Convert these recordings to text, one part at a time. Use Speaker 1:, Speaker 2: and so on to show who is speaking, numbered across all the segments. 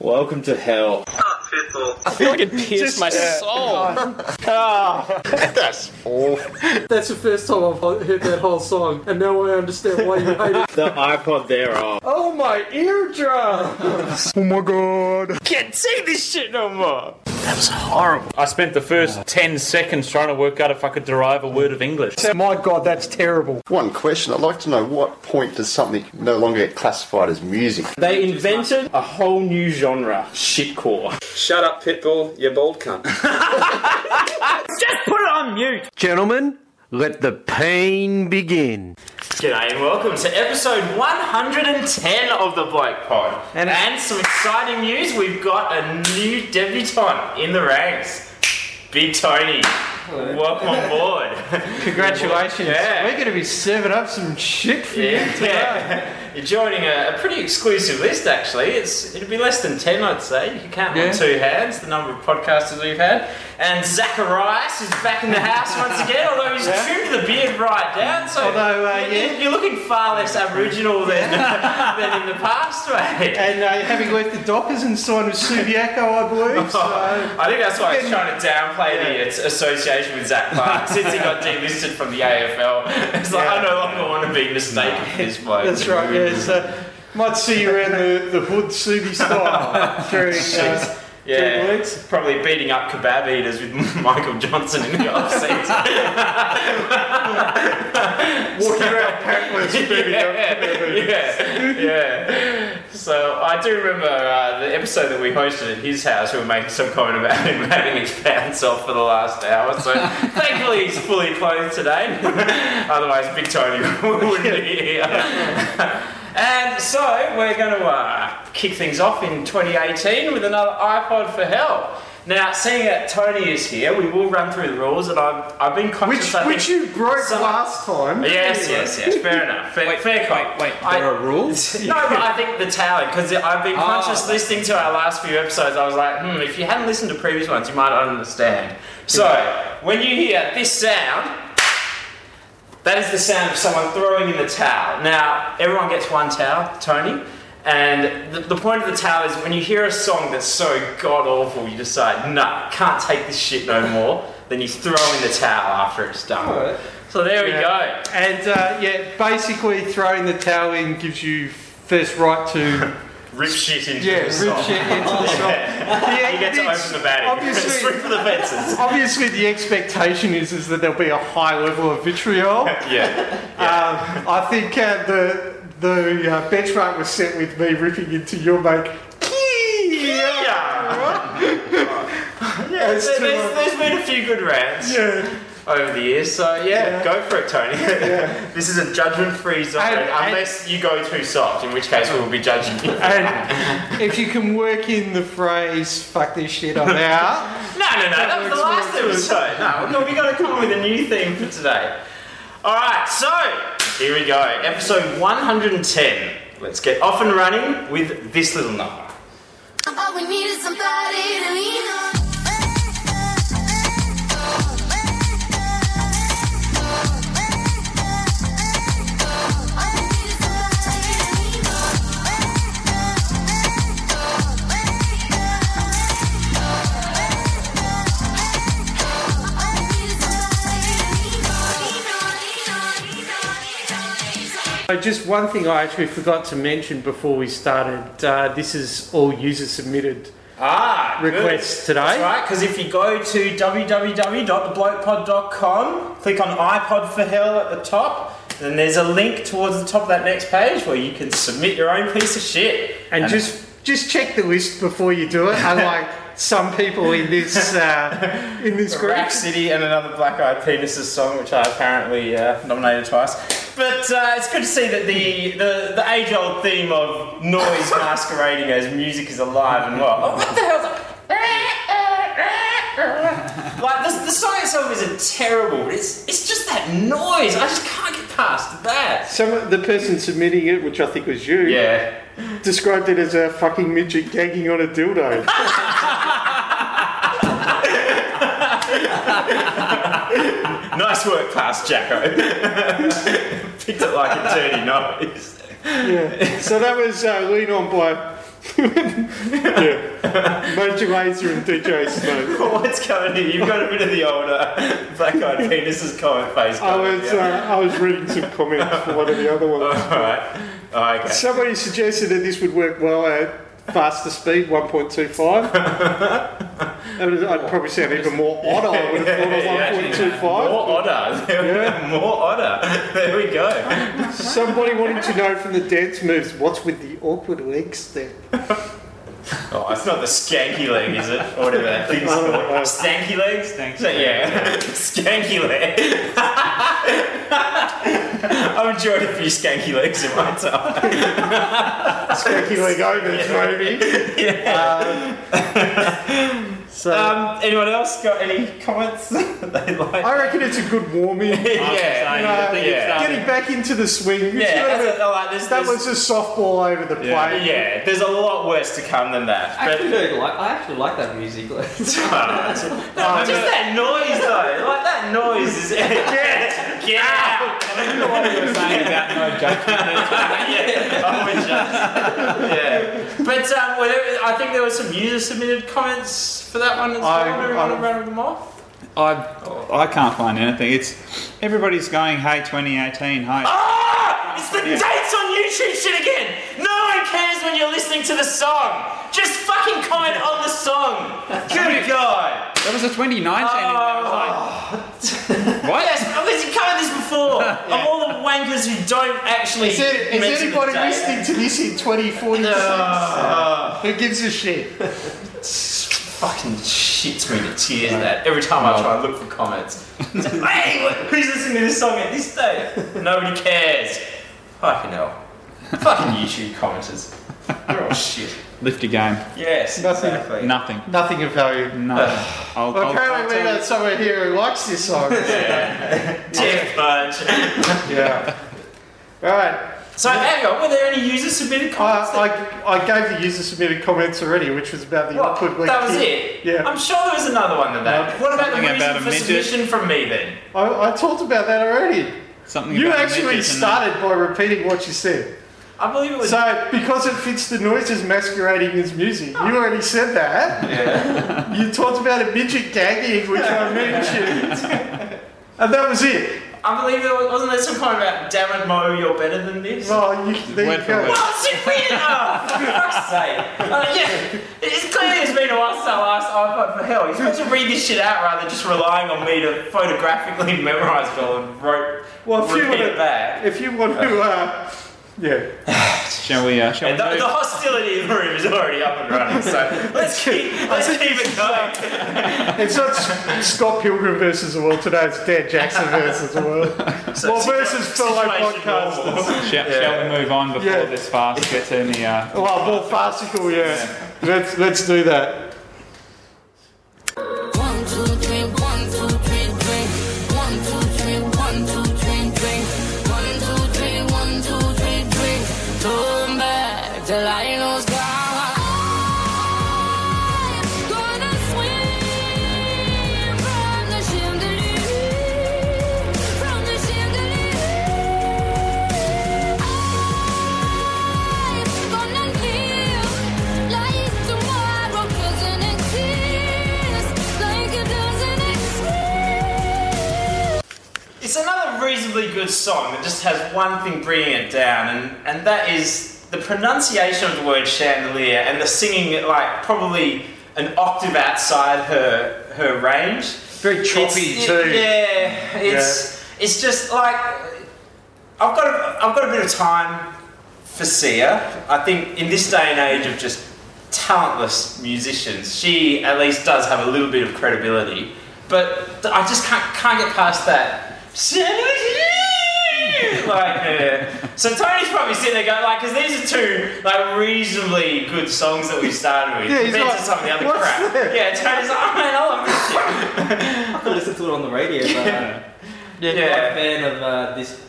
Speaker 1: Welcome to hell.
Speaker 2: I feel like it pierced my soul.
Speaker 3: That's awful.
Speaker 4: That's the first time I've heard that whole song, and now I understand why you hate it.
Speaker 1: The iPod there are.
Speaker 4: Oh, my eardrum!
Speaker 3: Oh my god.
Speaker 2: Can't see this shit no more. That was horrible. I spent the first 10 seconds trying to work out if I could derive a word of English.
Speaker 4: My god, that's terrible.
Speaker 3: One question. I'd like to know what point does something no longer get classified as music?
Speaker 1: They invented a whole new genre, shitcore.
Speaker 5: Shut up, Pitbull, you bald cunt.
Speaker 2: Put it on mute.
Speaker 6: Gentlemen, let the pain begin.
Speaker 2: G'day and welcome to episode 110 of the Bloke Pod.
Speaker 6: And-
Speaker 2: And, some exciting news we've got a new debutant in the ranks. Big Tony. Welcome on board.
Speaker 4: Congratulations.
Speaker 2: Yeah.
Speaker 4: We're going to be serving up some shit for you today.
Speaker 2: Yeah. You're joining a, a pretty exclusive list, actually. It's It'd be less than 10, I'd say. You can count
Speaker 4: Yeah.
Speaker 2: on two hands the number of podcasters we've had. And Zacharias is back in the house once again, although he's trimmed the beard right down. So
Speaker 4: Although, uh,
Speaker 2: you're,
Speaker 4: yeah.
Speaker 2: you're looking far less Aboriginal than, than in the past, mate.
Speaker 4: And uh, having left the Dockers and signed with Subiaco, I believe, so...
Speaker 2: Oh, I think that's why it's trying to downplay the its association with Zach Clark since he got delisted from the AFL. It's like, I no longer want to be mistaken for this bloke.
Speaker 4: That's right, yeah, so... uh, Might see you around the, the hood Subi style during, uh,
Speaker 2: Yeah.
Speaker 4: during weeks.
Speaker 2: Probably beating up kebab eaters with Michael Johnson in the off season.
Speaker 3: Walking around packless, baby.
Speaker 2: yeah, yeah. So I do remember uh, the episode that we hosted at his house. We were making some comment about him having his pants off for the last hour. So thankfully he's fully clothed today. Otherwise, Big Tony wouldn't be here. And so we're going to uh, kick things off in 2018 with another iPod for Hell. Now, seeing that Tony is here, we will run through the rules, and I've, I've been conscious.
Speaker 4: Which,
Speaker 2: I think-
Speaker 4: which you broke
Speaker 2: some-
Speaker 4: last time.
Speaker 2: Yes, yes, yes. Fair enough. Fair, fair comment.
Speaker 5: wait,
Speaker 2: I-
Speaker 5: are Oh. rules?
Speaker 2: No, but I think the tally, because I've been conscious listening to our last few episodes, I was like, hmm, if you hadn't listened to previous ones, you might not understand. So, when you hear this sound, that is the sound of someone throwing in the towel. Now, everyone gets one towel, Tony. And the, the point of the towel is when you hear a song that's so god awful, you decide, nah, can't take this shit no more. Then you throw in the towel after it's done. So there we go.
Speaker 4: And uh, yeah, basically throwing the towel in gives you first right to
Speaker 2: Rip shit into
Speaker 4: yeah,
Speaker 2: the
Speaker 4: rip shit
Speaker 2: song.
Speaker 4: into
Speaker 2: Oh,
Speaker 4: the song. Yeah,
Speaker 2: You get to
Speaker 4: it's-
Speaker 2: open the batting. It's free
Speaker 4: Obviously,
Speaker 2: for the fences.
Speaker 4: obviously, the expectation is is that there'll be a high level of vitriol.
Speaker 2: Yeah.
Speaker 4: Um, I think uh, the the uh, benchmark was set with me ripping into your mate. Yeah.
Speaker 2: Yeah,
Speaker 4: It's
Speaker 2: there-
Speaker 4: too
Speaker 2: there's,
Speaker 4: much.
Speaker 2: there's been a few good rants over the years, so yeah,
Speaker 4: Yeah.
Speaker 2: go for it, Tony. this is a judgment-free zone,
Speaker 4: And- and-
Speaker 2: unless you go too soft, in which case we will be judging you. no,
Speaker 4: And if you can work in the phrase "fuck this shit," I'm out.
Speaker 2: no, no, that was the
Speaker 4: works
Speaker 2: last
Speaker 4: well, too.
Speaker 2: episode. No, no, we got to come up with a new theme for today. All right, so here we go, episode 110. Let's get off and running with this little number.
Speaker 7: All we need is somebody to lean on.
Speaker 4: So just one thing I actually forgot to mention before we started. Uh, this is all user submitted.
Speaker 2: Ah, good.
Speaker 4: Requests today.
Speaker 2: That's right, because if you go to www.theblokepod.com, click on iPod for Hell at the top, then there's a link towards the top of that next page where you can submit your own piece of shit.
Speaker 4: And just just check the list before you do it. Unlike some people in this uh, in this group.
Speaker 2: Rack City and another Black Eyed Penises song, which I apparently uh, nominated twice. But uh, it's good to see that the, the, the age old theme of noise masquerading as music is alive and well. Oh, what the hell's Like, the, the song itself isn't terrible, but it's, it's just that noise. I just can't get past that.
Speaker 4: Some the person submitting it, which I think was you,
Speaker 2: Yeah.
Speaker 4: described it as a fucking midget gagging on a dildo.
Speaker 2: Nice work, past Jacko. Picked it like a dirty noise.
Speaker 4: Yeah. So that was uh, lean on by yeah. Modulator and DJ Snow.
Speaker 2: What's coming here? You've got a bit of the older black eyed penis's comment face.
Speaker 4: I
Speaker 2: coming,
Speaker 4: was,
Speaker 2: yeah.
Speaker 4: uh, I was reading some comments for one of the other ones.
Speaker 2: Alright. Oh, okay.
Speaker 4: Somebody suggested that this would work well at faster speed, 1.25. That would- I'd probably sound even more odd. I would have
Speaker 2: Yeah,
Speaker 4: thought
Speaker 2: actually,
Speaker 4: of 1.25.
Speaker 2: More odder.
Speaker 4: Yeah.
Speaker 2: More odder. There we go.
Speaker 4: Somebody wanted to know from the dance moves, what's with the awkward leg step?
Speaker 2: Oh, it's not the skanky leg, is it? Or whatever that thing's
Speaker 4: No, no, no.
Speaker 2: called. Stanky leg? Stanky leg. Yeah. skanky leg. I've enjoyed a few skanky legs in my time.
Speaker 4: Spanky leg overs, maybe. Um, so
Speaker 2: Um, anyone else got any comments that they like?
Speaker 4: I reckon it's a good warming.
Speaker 2: yeah.
Speaker 4: Uh,
Speaker 2: yeah.
Speaker 4: Getting back into the swing. It's
Speaker 2: Yeah,
Speaker 4: sort of
Speaker 2: that's
Speaker 4: a-
Speaker 2: a, I like, there's,
Speaker 4: that
Speaker 2: there's,
Speaker 4: was a softball over the plate.
Speaker 2: yeah, there's a lot worse to come than that.
Speaker 8: I
Speaker 2: But
Speaker 8: actually really like. I actually like that music. Like,
Speaker 2: Ah, it's- no, just that noise though, like that noise is get get
Speaker 8: Ah!
Speaker 2: out. yeah, I would just- Oh, yeah. But um, were there- I think there were some user submitted comments for that one as
Speaker 4: I-
Speaker 2: well. Everyone
Speaker 4: I-
Speaker 2: ran them off.
Speaker 9: I I can't find anything. It's everybody's going, hey, 2018, hey.
Speaker 2: Ah, it's the dates on YouTube shit again. No one cares when you're listening to the song. Just fucking comment on the song. Good God.
Speaker 9: That was a 2019. and I was like,
Speaker 2: What? Oh. Yes, because you covered this before. Of all the wankers who don't actually.
Speaker 4: Is, it, is
Speaker 2: mention
Speaker 4: anybody
Speaker 2: the date.
Speaker 4: listening to this in 2046?
Speaker 2: Ah,
Speaker 4: Who gives a shit?
Speaker 2: fucking shits me to tears that every time I try and look for comments. It's like, hey, who's listening to this song at this day? Nobody cares. Fucking hell. fucking YouTube commenters. They're all shit.
Speaker 9: lift your game.
Speaker 2: Yes,
Speaker 4: Nothing.
Speaker 2: exactly.
Speaker 9: Nothing.
Speaker 4: Nothing of value.
Speaker 9: No. I'll,
Speaker 4: Well,
Speaker 9: I'll,
Speaker 4: apparently, we
Speaker 9: I'll
Speaker 4: got someone here who likes this song.
Speaker 2: Dick budge.
Speaker 4: yeah. Right.
Speaker 2: So hang on, were there any user submitted comments? that-
Speaker 4: I, I, I gave the user submitted comments already, which was about the
Speaker 2: What?
Speaker 4: awkward leg
Speaker 2: That was
Speaker 4: kick.
Speaker 2: it?
Speaker 4: Yeah.
Speaker 2: I'm sure there was another one than that. What about the
Speaker 9: Something
Speaker 2: reason
Speaker 9: about a
Speaker 2: for
Speaker 9: midget.
Speaker 2: submission from me then?
Speaker 4: I, I talked about that already.
Speaker 9: something
Speaker 4: You
Speaker 9: about
Speaker 4: actually
Speaker 9: midgets and-
Speaker 4: started by repeating what you said.
Speaker 2: I believe it was.
Speaker 4: So, because it fits the noises masquerading as music, you already said that. Yeah. You talked about a midget gagging, which I mentioned. And that was it.
Speaker 2: I believe there was, wasn't there some comment about Darren Moe, you're better than this? Oh,
Speaker 4: Well, you, there
Speaker 9: Word
Speaker 4: you
Speaker 9: for
Speaker 4: go.
Speaker 9: word.
Speaker 2: it's in weird enough! For fuck's sake. Uh, yeah, it's clearly it's been a while since I last iPod for hell. You're supposed to read this shit out rather than just relying on me to photographically memorise it all and wrote,
Speaker 4: Well, if you
Speaker 2: repeat
Speaker 4: wanna-
Speaker 2: it back.
Speaker 4: If you want to, uh, yeah.
Speaker 9: Shall we? Uh, shall
Speaker 2: And
Speaker 9: we
Speaker 2: the,
Speaker 9: move?
Speaker 2: the hostility in the room is already up and running, so let's keep, let's keep it going.
Speaker 4: It's not S- Scott Pilgrim versus the world today, it's Dan Jackson versus the world.
Speaker 2: So
Speaker 4: well,
Speaker 2: situa-
Speaker 4: versus fellow
Speaker 2: situation
Speaker 4: podcasters.
Speaker 2: normal.
Speaker 9: shall, shall we move on before
Speaker 4: Yeah.
Speaker 9: this fast gets in the? Uh,
Speaker 4: Well, more farcical, yeah. Let's, let's do that.
Speaker 7: One, two, three, one, two, three, three. One, two, three, one, two, three, three. One, two, three, one, two, three, three. Turn back till I know gone. I'm gonna swim from the chandelier, from the chandelier. I'm gonna live like tomorrow doesn't exist, like it doesn't exist.
Speaker 2: It's another reasonably good song that just has one thing bringing it down, and, and that is the pronunciation of the word chandelier and the singing it like probably an octave outside her her range.
Speaker 4: Very
Speaker 2: It's- it- yeah, it's it's just like I've got a, I've got a bit of time for Sia. I think in this day and age of just talentless musicians, she at least does have a little bit of credibility. But th- I just can't, can't get past that. like, yeah. So Tony's probably sitting there going, like, because these are two like reasonably good songs that we started with
Speaker 4: Yeah, he's
Speaker 2: compared
Speaker 4: like,
Speaker 2: to some of the other
Speaker 4: "What's
Speaker 2: crap.
Speaker 4: that?"
Speaker 2: Yeah, Tony's like, oh man, I
Speaker 8: I
Speaker 2: love this shit.
Speaker 8: could listen to it on the radio, but uh, yeah, I'm not a fan of uh, this.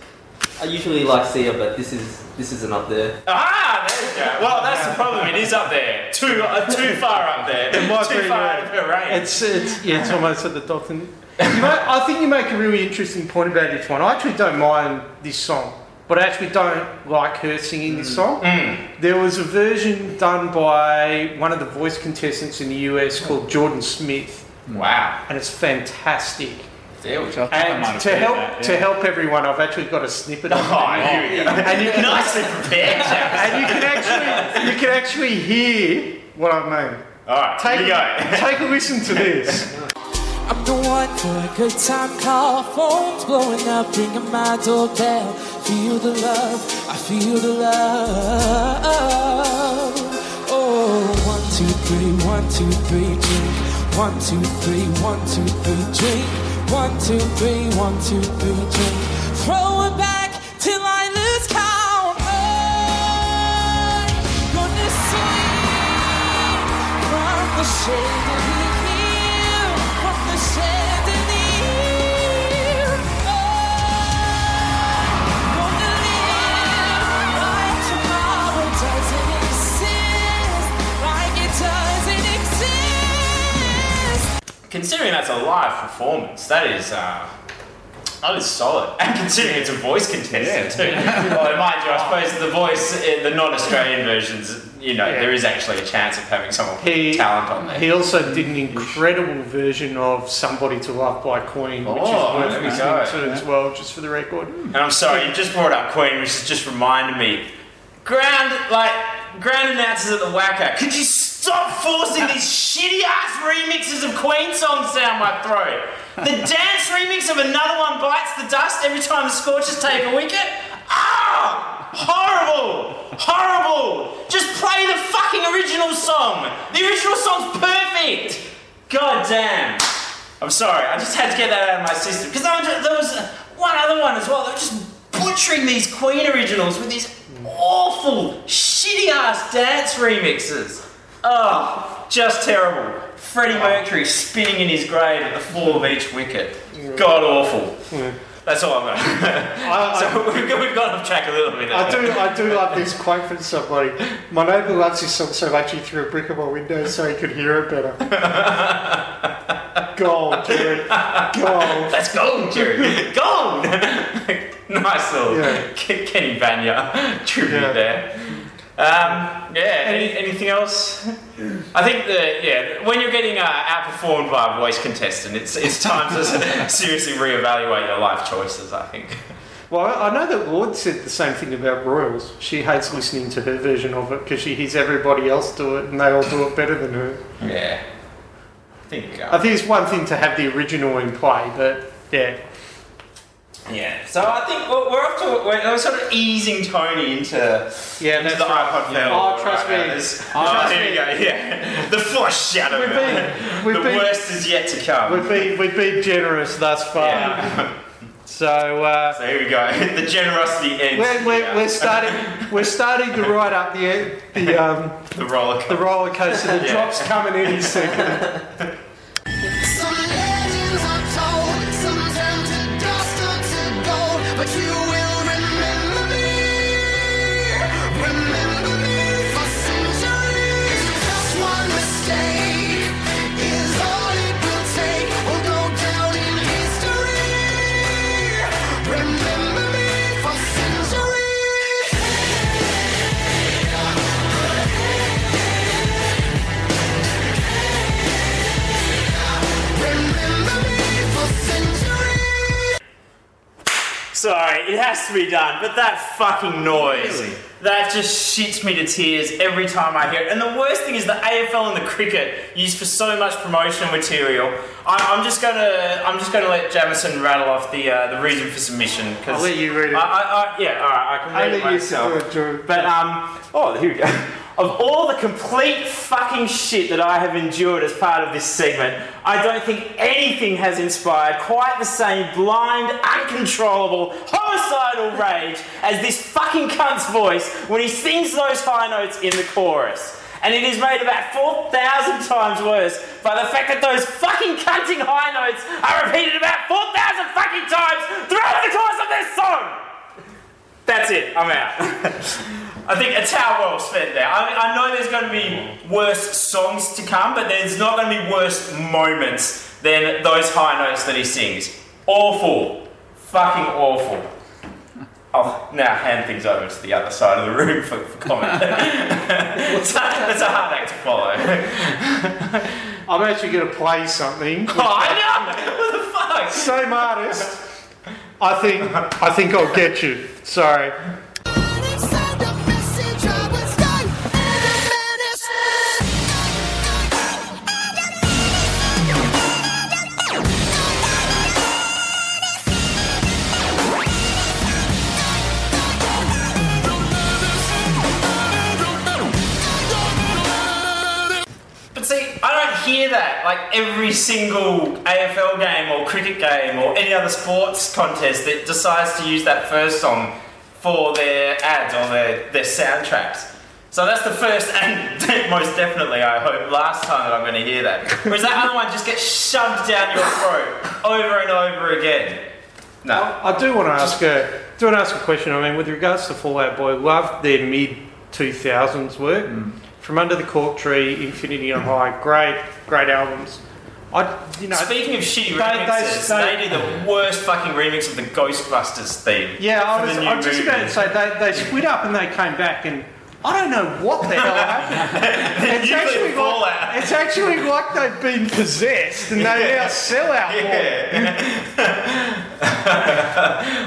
Speaker 8: I usually like Sia, but this is this isn't up there.
Speaker 2: Ah, there we go. Well, that's the problem. It is up there. Too uh, too far up there.
Speaker 4: It might
Speaker 2: too
Speaker 4: be,
Speaker 2: far
Speaker 4: yeah.
Speaker 2: out of her range.
Speaker 4: It's, it's, yeah, it's almost at the top. And you make, I think you make a really interesting point about this one. I actually don't mind this song. but I actually don't like her singing
Speaker 2: Mm.
Speaker 4: this song. There was a version done by one of the voice contestants in the US called Jordan Smith,
Speaker 2: Wow.
Speaker 4: and it's fantastic.
Speaker 2: There we go.
Speaker 9: So I think I might
Speaker 4: And
Speaker 9: have
Speaker 4: to
Speaker 9: heard
Speaker 4: help
Speaker 9: that,
Speaker 4: to
Speaker 9: yeah.
Speaker 4: help everyone, I've actually got a snippet of it.
Speaker 2: Oh, here we go.
Speaker 4: And you can
Speaker 2: Nicely prepared, Jack.
Speaker 4: and you can actually you can actually hear what I mean.
Speaker 2: Alright, here
Speaker 4: Take,
Speaker 2: we go.
Speaker 4: take a listen to this.
Speaker 7: I'm the one for a good time call. Phone's blowing up, ringing my doorbell. Feel the love, I feel the love. Oh, one, two, three, one, two, three, drink. One, two, three, one, two, three, drink. One, two, three, one, two, three, drink. Throw it back till I lose count. Oh, gonna see from the shade of the hill, from the shade of the hill. Oh, gonna live like tomorrow doesn't exist, like it doesn't exist.
Speaker 2: Considering that's a live performance, that is uh, that is solid. And considering it's a voice contestant too. well, mind you, I suppose the voice, in the non-Australian versions, you know,
Speaker 4: Yeah.
Speaker 2: there is actually a chance of having someone with
Speaker 4: He-
Speaker 2: talent on there.
Speaker 4: He also did an incredible version of Somebody to Love by Queen, which
Speaker 2: Oh,
Speaker 4: is
Speaker 2: there
Speaker 4: worth
Speaker 2: we
Speaker 4: listening
Speaker 2: go.
Speaker 4: to as well, just for the record.
Speaker 2: And I'm sorry, you just brought up Queen, which has just reminded me. Ground, like, ground announces at the Wacker. Could you stop forcing these shitty ass remixes of Queen songs down my throat? The dance remix of Another One Bites the Dust every time the Scorchers take a wicket? Ah! Horrible! Horrible! Just play the fucking original song! The original song's perfect! God damn! I'm sorry, I just had to get that out of my system. Because there was one other one as well. They were just butchering these Queen originals with these awful, shitty ass dance remixes. Oh, just terrible. Freddie Mercury spinning in his grave at the floor of each wicket. God awful. That's all I'm gonna.
Speaker 4: I, I-
Speaker 2: so we've got, we've got off track a little bit.
Speaker 4: I do, I do love this quote from somebody. My neighbour loves this song so much he threw a brick at my window so he could hear it better. Gold, dude. Gold.
Speaker 2: Let's go, Jerry. go. nice little
Speaker 4: Yeah.
Speaker 2: Ken- Kenny Banya tribute
Speaker 4: Yeah.
Speaker 2: there. Um, yeah. Any, anything else? I think that yeah, when you're getting uh, outperformed by a voice contestant, it's it's time to s- seriously reevaluate your life choices. I think.
Speaker 4: Well, I know that Lord said the same thing about Royals. She hates listening to her version of it because she hears everybody else do it and they all do it better than her.
Speaker 2: Yeah. I think.
Speaker 4: I
Speaker 2: Uh,
Speaker 4: think it's one thing to have the original in play, but yeah.
Speaker 2: yeah. So I think we're, we're off to we're, we're sort of easing Tony into.
Speaker 4: Yeah,
Speaker 2: into the iPod fell.
Speaker 4: Oh, trust
Speaker 2: Right,
Speaker 4: me.
Speaker 2: there's-
Speaker 4: Trust
Speaker 2: Oh, here
Speaker 4: me.
Speaker 2: we go. Yeah, the foreshadow.
Speaker 4: We've been, we've
Speaker 2: the
Speaker 4: been,
Speaker 2: worst is yet to come.
Speaker 4: we've been, we've been generous thus far.
Speaker 2: Yeah.
Speaker 4: So uh,
Speaker 2: So here we go. the generosity ends.
Speaker 4: we're, we're,
Speaker 2: here.
Speaker 4: we're starting, we're starting to ride up the the um,
Speaker 2: the roller
Speaker 4: the
Speaker 2: coaster.
Speaker 4: roller coaster. The
Speaker 2: Yeah.
Speaker 4: drop's coming any second.
Speaker 7: Some legends are told, some turn to dust or to gold, but you will remember me. Remember me for centuries. Just one mistake is all it will take. Will go down in history. Remember me for centuries. Remember me for centuries.
Speaker 2: Sorry, it has to be done, but that fucking noise. That just shits me to tears every time I hear it. And the worst thing is the AFL and the cricket used for so much promotional material. I, I'm just gonna, I'm just gonna let Jamison rattle off the uh, the reason for submission. 'cause
Speaker 4: I'll let you read it.
Speaker 2: I, I, I, yeah, all right, I can read
Speaker 4: Only
Speaker 2: it
Speaker 4: you
Speaker 2: myself.
Speaker 4: do it, Drew.
Speaker 2: But um, oh, here we go. Of all the complete fucking shit that I have endured as part of this segment, I don't think anything has inspired quite the same blind, uncontrollable, homicidal rage as this fucking cunt's voice when he sings those high notes in the chorus. And it is made about 4,000 times worse by the fact that those fucking cunting high notes are repeated about 4,000 fucking times throughout the course of this song! That's it. I'm out. I think it's how well spent there. I, I know there's going to be worse songs to come, but there's not going to be worse moments than those high notes that he sings. Awful. Fucking awful. I'll now hand things over to the other side of the room for, for comment. it's, a, it's a hard act to follow.
Speaker 4: I'm actually going to play something.
Speaker 2: Oh, I know! What the fuck?
Speaker 4: Same artist. I think I think I'll get you. Sorry.
Speaker 2: But see, I don't hear that like every single AFL game or cricket game or any other sports contest that decides to use that first song for their ads or their, their soundtracks. So that's the first and most definitely, I hope, last time that I'm going to hear that. Whereas that other one just gets shoved down your throat over and over again. No.
Speaker 4: I do want to ask a do want to ask a question. I mean, with regards to Fallout Boy, loved their mid two thousands work from Under the Cork Tree, Infinity on High, great great albums. I you know
Speaker 2: Speaking of shitty
Speaker 4: They- they-
Speaker 2: remixes, they,
Speaker 4: they-
Speaker 2: do the worst fucking remix of the Ghostbusters theme.
Speaker 4: yeah, I
Speaker 2: for
Speaker 4: was,
Speaker 2: the
Speaker 4: I
Speaker 2: new
Speaker 4: was just about
Speaker 2: movie.
Speaker 4: to say they, they split up and they came back and. I don't know what the hell happened. It's
Speaker 2: Nuclear
Speaker 4: actually,
Speaker 2: fallout.
Speaker 4: like, it's actually like they've been possessed and they now sell out more.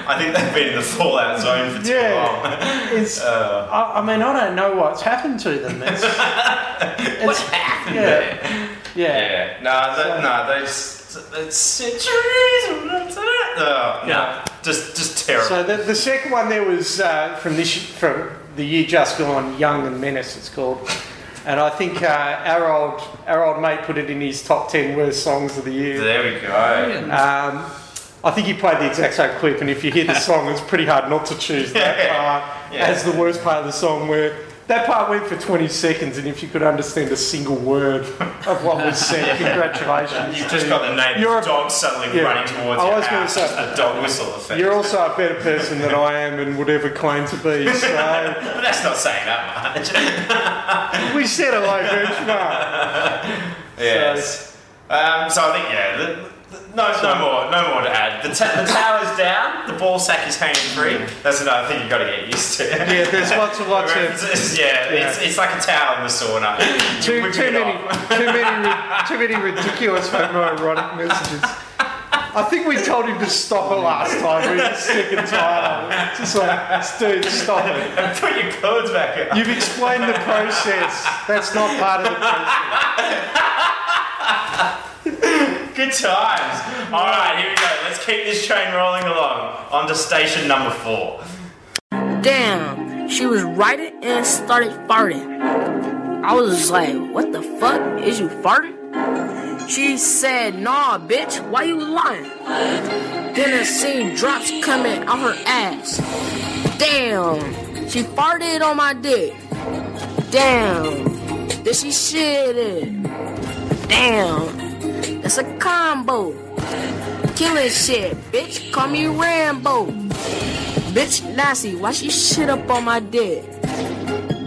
Speaker 2: I think they've been in the fallout zone for too long.
Speaker 4: Yeah, it's.
Speaker 2: Uh.
Speaker 4: I, I mean, I don't know what's happened to them. It's, it's happened yeah, Yeah.
Speaker 2: Yeah. No, that, no, they just it's situations. Oh, no, just just terrible.
Speaker 4: So the, the second one there was uh, from this from the year just gone, Young and Menace. It's called, and I think uh, our old our old mate put it in his top ten worst songs of the year.
Speaker 2: there we go.
Speaker 4: Um, I think he played the exact same clip, and if you hear the song, it's pretty hard not to choose that
Speaker 2: Yeah.
Speaker 4: part
Speaker 2: Yeah.
Speaker 4: as the worst part of the song. Where that part went for 20 seconds, and if you could understand a single word of what was said, congratulations.
Speaker 2: You've just
Speaker 4: to-
Speaker 2: got the name
Speaker 4: You're
Speaker 2: of
Speaker 4: a-
Speaker 2: the dog suddenly
Speaker 4: yeah.
Speaker 2: running towards
Speaker 4: I
Speaker 2: your
Speaker 4: was gonna
Speaker 2: house.
Speaker 4: say-
Speaker 2: Just the dog whistle effect.
Speaker 4: You're also a better person than I am, and would ever claim to be. So
Speaker 2: but that's not saying that much.
Speaker 4: we set a low benchmark.
Speaker 2: Yes. Um, so I think yeah. The, the- no, no more, no more to add. The, ta- the tower's down. The ball sack is hanging free. That's another thing you've got to get used to.
Speaker 4: Mm. Yeah, there's lots and lots
Speaker 2: yeah,
Speaker 4: of
Speaker 2: it's, it's like a towel in the sauna. You
Speaker 4: too,
Speaker 2: whip
Speaker 4: too
Speaker 2: it
Speaker 4: many,
Speaker 2: off.
Speaker 4: too many, ri- too many ridiculous homoerotic messages. I think we told him to stop it last time. We were sick and tired of it. Just like, dude, stop it.
Speaker 2: And put your clothes back up.
Speaker 4: You've explained the process. That's not part of the process.
Speaker 2: Good times. All right, here we go. Let's keep this train rolling along. On to station number four.
Speaker 7: Damn, she was riding and started farting. I was just like, what the fuck? Is you farting? She said, nah, bitch, why you lying? Then I seen drops coming out her ass. Damn, she farted on my dick. Damn, then she shit it. Damn, that's a combo. Killing shit, bitch, call me Rambo. Bitch nasty, why she shit up on my dick?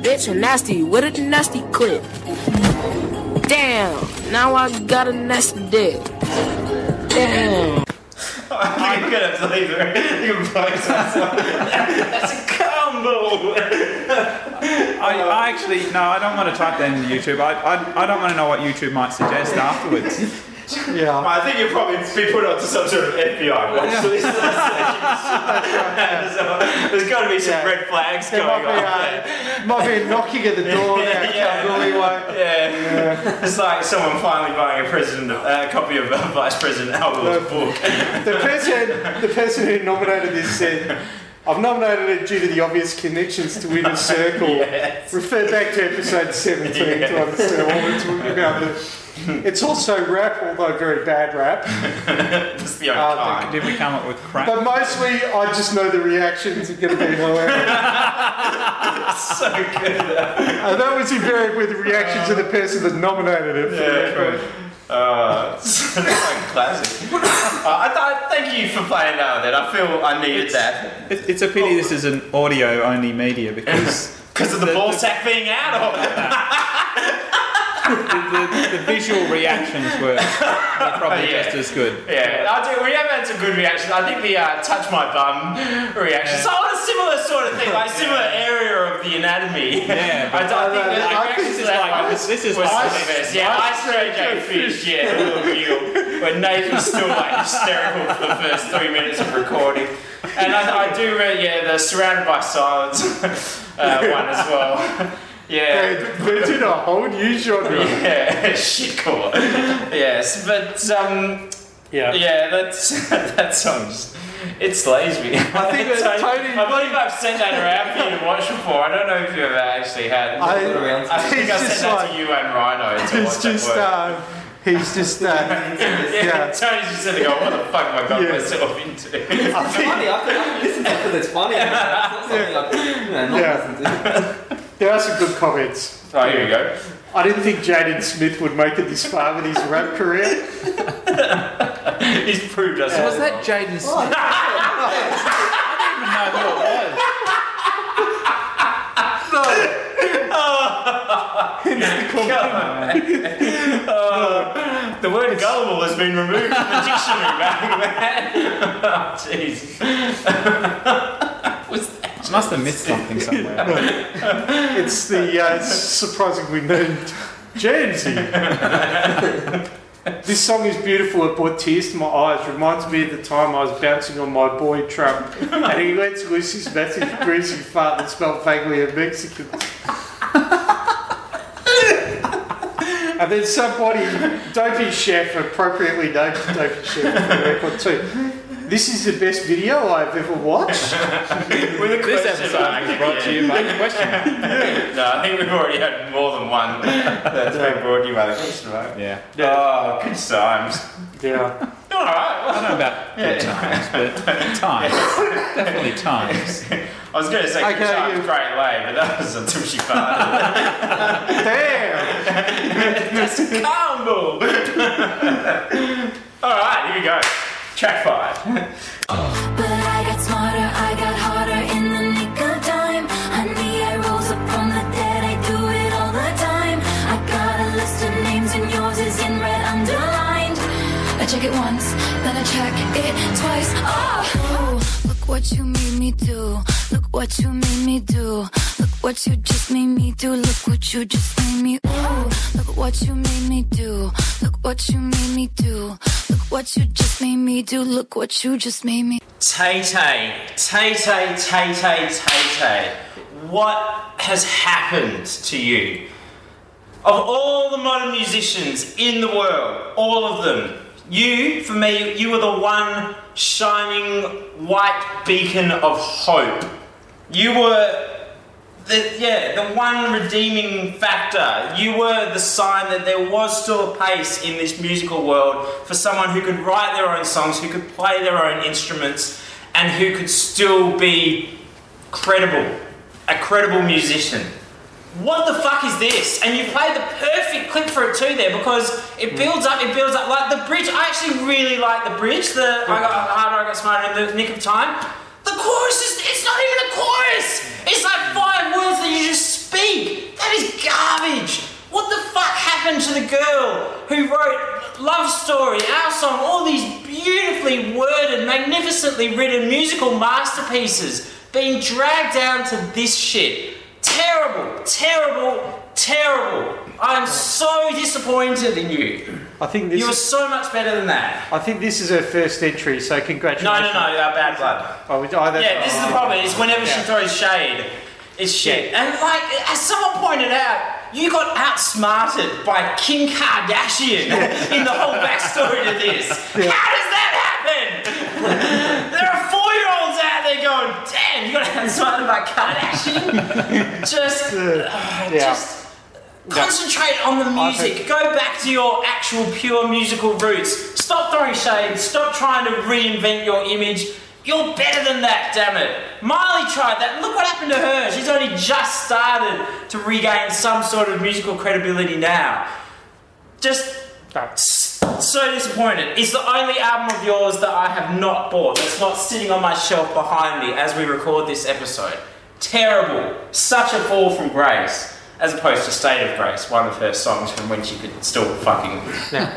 Speaker 7: Bitch nasty with a nasty clip. Damn, now I got a nasty dick.
Speaker 2: I
Speaker 7: Damn.
Speaker 2: think I'm gonna leave it. You can play some. That's a combo.
Speaker 9: I, I actually no, I don't want to type that into YouTube. I, I, I don't want to know what YouTube might suggest afterwards.
Speaker 4: Yeah.
Speaker 2: I think you'll probably be put onto some sort of FBI watch list. So There's got to be some
Speaker 4: Yeah.
Speaker 2: red flags
Speaker 4: There
Speaker 2: going
Speaker 4: might
Speaker 2: on.
Speaker 4: be, a, might be a knocking at the door now,
Speaker 2: Yeah.
Speaker 4: Kalgoorlie way.
Speaker 2: Yeah. It's like someone finally buying a president, uh, copy of uh, Vice President Al Gore's book.
Speaker 4: The person, the person who nominated this said, I've nominated it due to the obvious connections to Inner Circle. Refer back to episode 17 to understand what we're talking about. But it's also rap, although very bad rap.
Speaker 2: It's the only
Speaker 4: Uh,
Speaker 2: kind.
Speaker 9: Did we come up with crap?
Speaker 4: But mostly, I just know the reactions are going to be hilarious.
Speaker 2: So good.
Speaker 4: and that was invariably the reaction to the person that nominated it.
Speaker 2: Yeah. Uh, it's like classic. Uh, I thought, thank you for playing that then. I feel I needed that.
Speaker 9: It, it's a pity this is an audio only media because
Speaker 2: Because of the, ball sack being out. Or...
Speaker 9: the, the, the visual reactions were were probably
Speaker 2: Yeah.
Speaker 9: just as good.
Speaker 2: Yeah, I do. We have had some good reactions. I think the uh, touch my bum reaction. So a similar sort of thing, like similar area of the anatomy.
Speaker 9: Yeah,
Speaker 2: I,
Speaker 9: but-
Speaker 2: don't, I think the
Speaker 9: I
Speaker 2: reactions
Speaker 9: think this
Speaker 2: to
Speaker 9: is
Speaker 2: that
Speaker 9: like
Speaker 2: one
Speaker 9: this, this is
Speaker 2: was
Speaker 9: like-
Speaker 2: the best. Yeah, I straight fish. Yeah, little deal. But Nathan's still like hysterical for the first three minutes of recording, and I, I do. re- Yeah, the surrounded by silence uh, one as well. Yeah.
Speaker 4: They did a whole new genre.
Speaker 2: Yeah, shit cool. yes, but um,
Speaker 1: Yeah.
Speaker 2: yeah, that's that song just it slays me. I
Speaker 4: think it's Tony-
Speaker 2: I believe I've sent that around for you to watch before. I don't know if you ever actually had. I,
Speaker 4: I,
Speaker 2: think
Speaker 4: it's
Speaker 2: I sent
Speaker 4: just
Speaker 2: that
Speaker 4: like
Speaker 2: to you and Rhino to watch
Speaker 4: it's
Speaker 2: that
Speaker 4: just
Speaker 2: work.
Speaker 4: uh, he's just uh,
Speaker 2: yeah,
Speaker 4: yeah.
Speaker 2: Tony's just sitting there going, "What the fuck have I got
Speaker 4: Yeah.
Speaker 2: myself into?"
Speaker 4: I think
Speaker 8: funny. I can, I can listen to it because it's funny. It's not something I can, you know, not
Speaker 4: Yeah.
Speaker 8: listen to.
Speaker 4: there are some good comments.
Speaker 2: Oh, here we go.
Speaker 4: I didn't think Jaden Smith would make it this far with his rap career.
Speaker 2: He's proved us.
Speaker 9: Was that Jaden Smith? I don't even know who it was.
Speaker 2: Oh, The word gullible has been removed from the dictionary, man. oh, jeez. Was that
Speaker 9: I must have missed something somewhere.
Speaker 4: It's the uh, surprisingly named Jonesy. this song is beautiful. It brought tears to my eyes. Reminds me of the time I was bouncing on my boy Trump, and he lets loose his massive greasy fart that smelled vaguely of Mexican. And then somebody, Dopey Chef, appropriately named Dopey Chef for the record too. This is the best video I've ever watched.
Speaker 2: With a
Speaker 9: this
Speaker 2: question
Speaker 9: episode
Speaker 2: mark
Speaker 9: was brought to
Speaker 2: again.
Speaker 9: you by a question.
Speaker 2: No, I think we've already had more than one that's been brought to you by the question mark.
Speaker 9: Yeah.
Speaker 2: Oh, good times.
Speaker 4: Yeah.
Speaker 2: Alright,
Speaker 9: I don't know about good times, but times. Definitely times.
Speaker 2: I was going to say
Speaker 4: Okay,
Speaker 2: good times,
Speaker 4: you-
Speaker 2: great lay, but that was until she farted.
Speaker 4: Damn!
Speaker 2: that's a combo! Alright, here we go. Track five.
Speaker 7: But I got smarter, I got harder in the nick of time. Honey, I rose up from the dead, I do it all the time. I got a list of names and yours is in red underlined. I check it once, then I check it twice. Oh, look what you made me do. Look what you made me do. Look what you just made me do. Look what you just made me. Ooh, look what you made me do. Look what you made me do. Look what you just made me do. Look what you just made me.
Speaker 2: Tay Tay, Tay Tay, Tay Tay, Tay Tay, what has happened to you? Of all the modern musicians in the world, all of them, you, for me, you were the one shining white beacon of hope. You were, the, yeah, the one redeeming factor. You were the sign that there was still a place in this musical world for someone who could write their own songs, who could play their own instruments, and who could still be credible, a credible musician what the fuck is this? And you play the perfect clip for it too there because it builds up, it builds up. Like the bridge, I actually really like the bridge. The I got harder, I got smarter in the nick of time. The chorus is, it's not even a chorus. It's like five words that you just speak. That is garbage. What the fuck happened to the girl who wrote Love Story, Our Song, all these beautifully worded, magnificently written musical masterpieces being dragged down to this shit? Terrible, terrible, terrible. I am so disappointed in you.
Speaker 4: I think this
Speaker 2: You were
Speaker 4: is,
Speaker 2: so much better than that.
Speaker 4: I think this is her first entry, so congratulations.
Speaker 2: No, no, no, uh, bad blood.
Speaker 4: Oh, we- oh, that's-
Speaker 2: Yeah, this is the problem. Is whenever she
Speaker 4: Yeah.
Speaker 2: throws shade, it's shit. And like, as someone pointed out, you got outsmarted by Kim Kardashian in the whole backstory to this. How does that happen? there are four-year-olds out there going, "Damn, you got outsmarted by Kardashian." just, uh,
Speaker 4: Yeah.
Speaker 2: just. Concentrate on the music. Go back to your actual pure musical roots. Stop throwing shade. Stop trying to reinvent your image. You're better than that, damn it. Miley tried that. Look what happened to her. She's only just started to regain some sort of musical credibility now. Just s- so disappointed. It's the only album of yours that I have not bought. That's not sitting on my shelf behind me as we record this episode. Terrible. Such a fall from grace. as opposed to State of Grace, one of her songs from when she could still fucking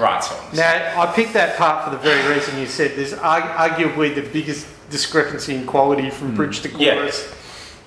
Speaker 2: write songs.
Speaker 4: Now, I picked that part for the very reason you said. There's ar- arguably the biggest discrepancy in quality from bridge to
Speaker 2: Yeah.
Speaker 4: chorus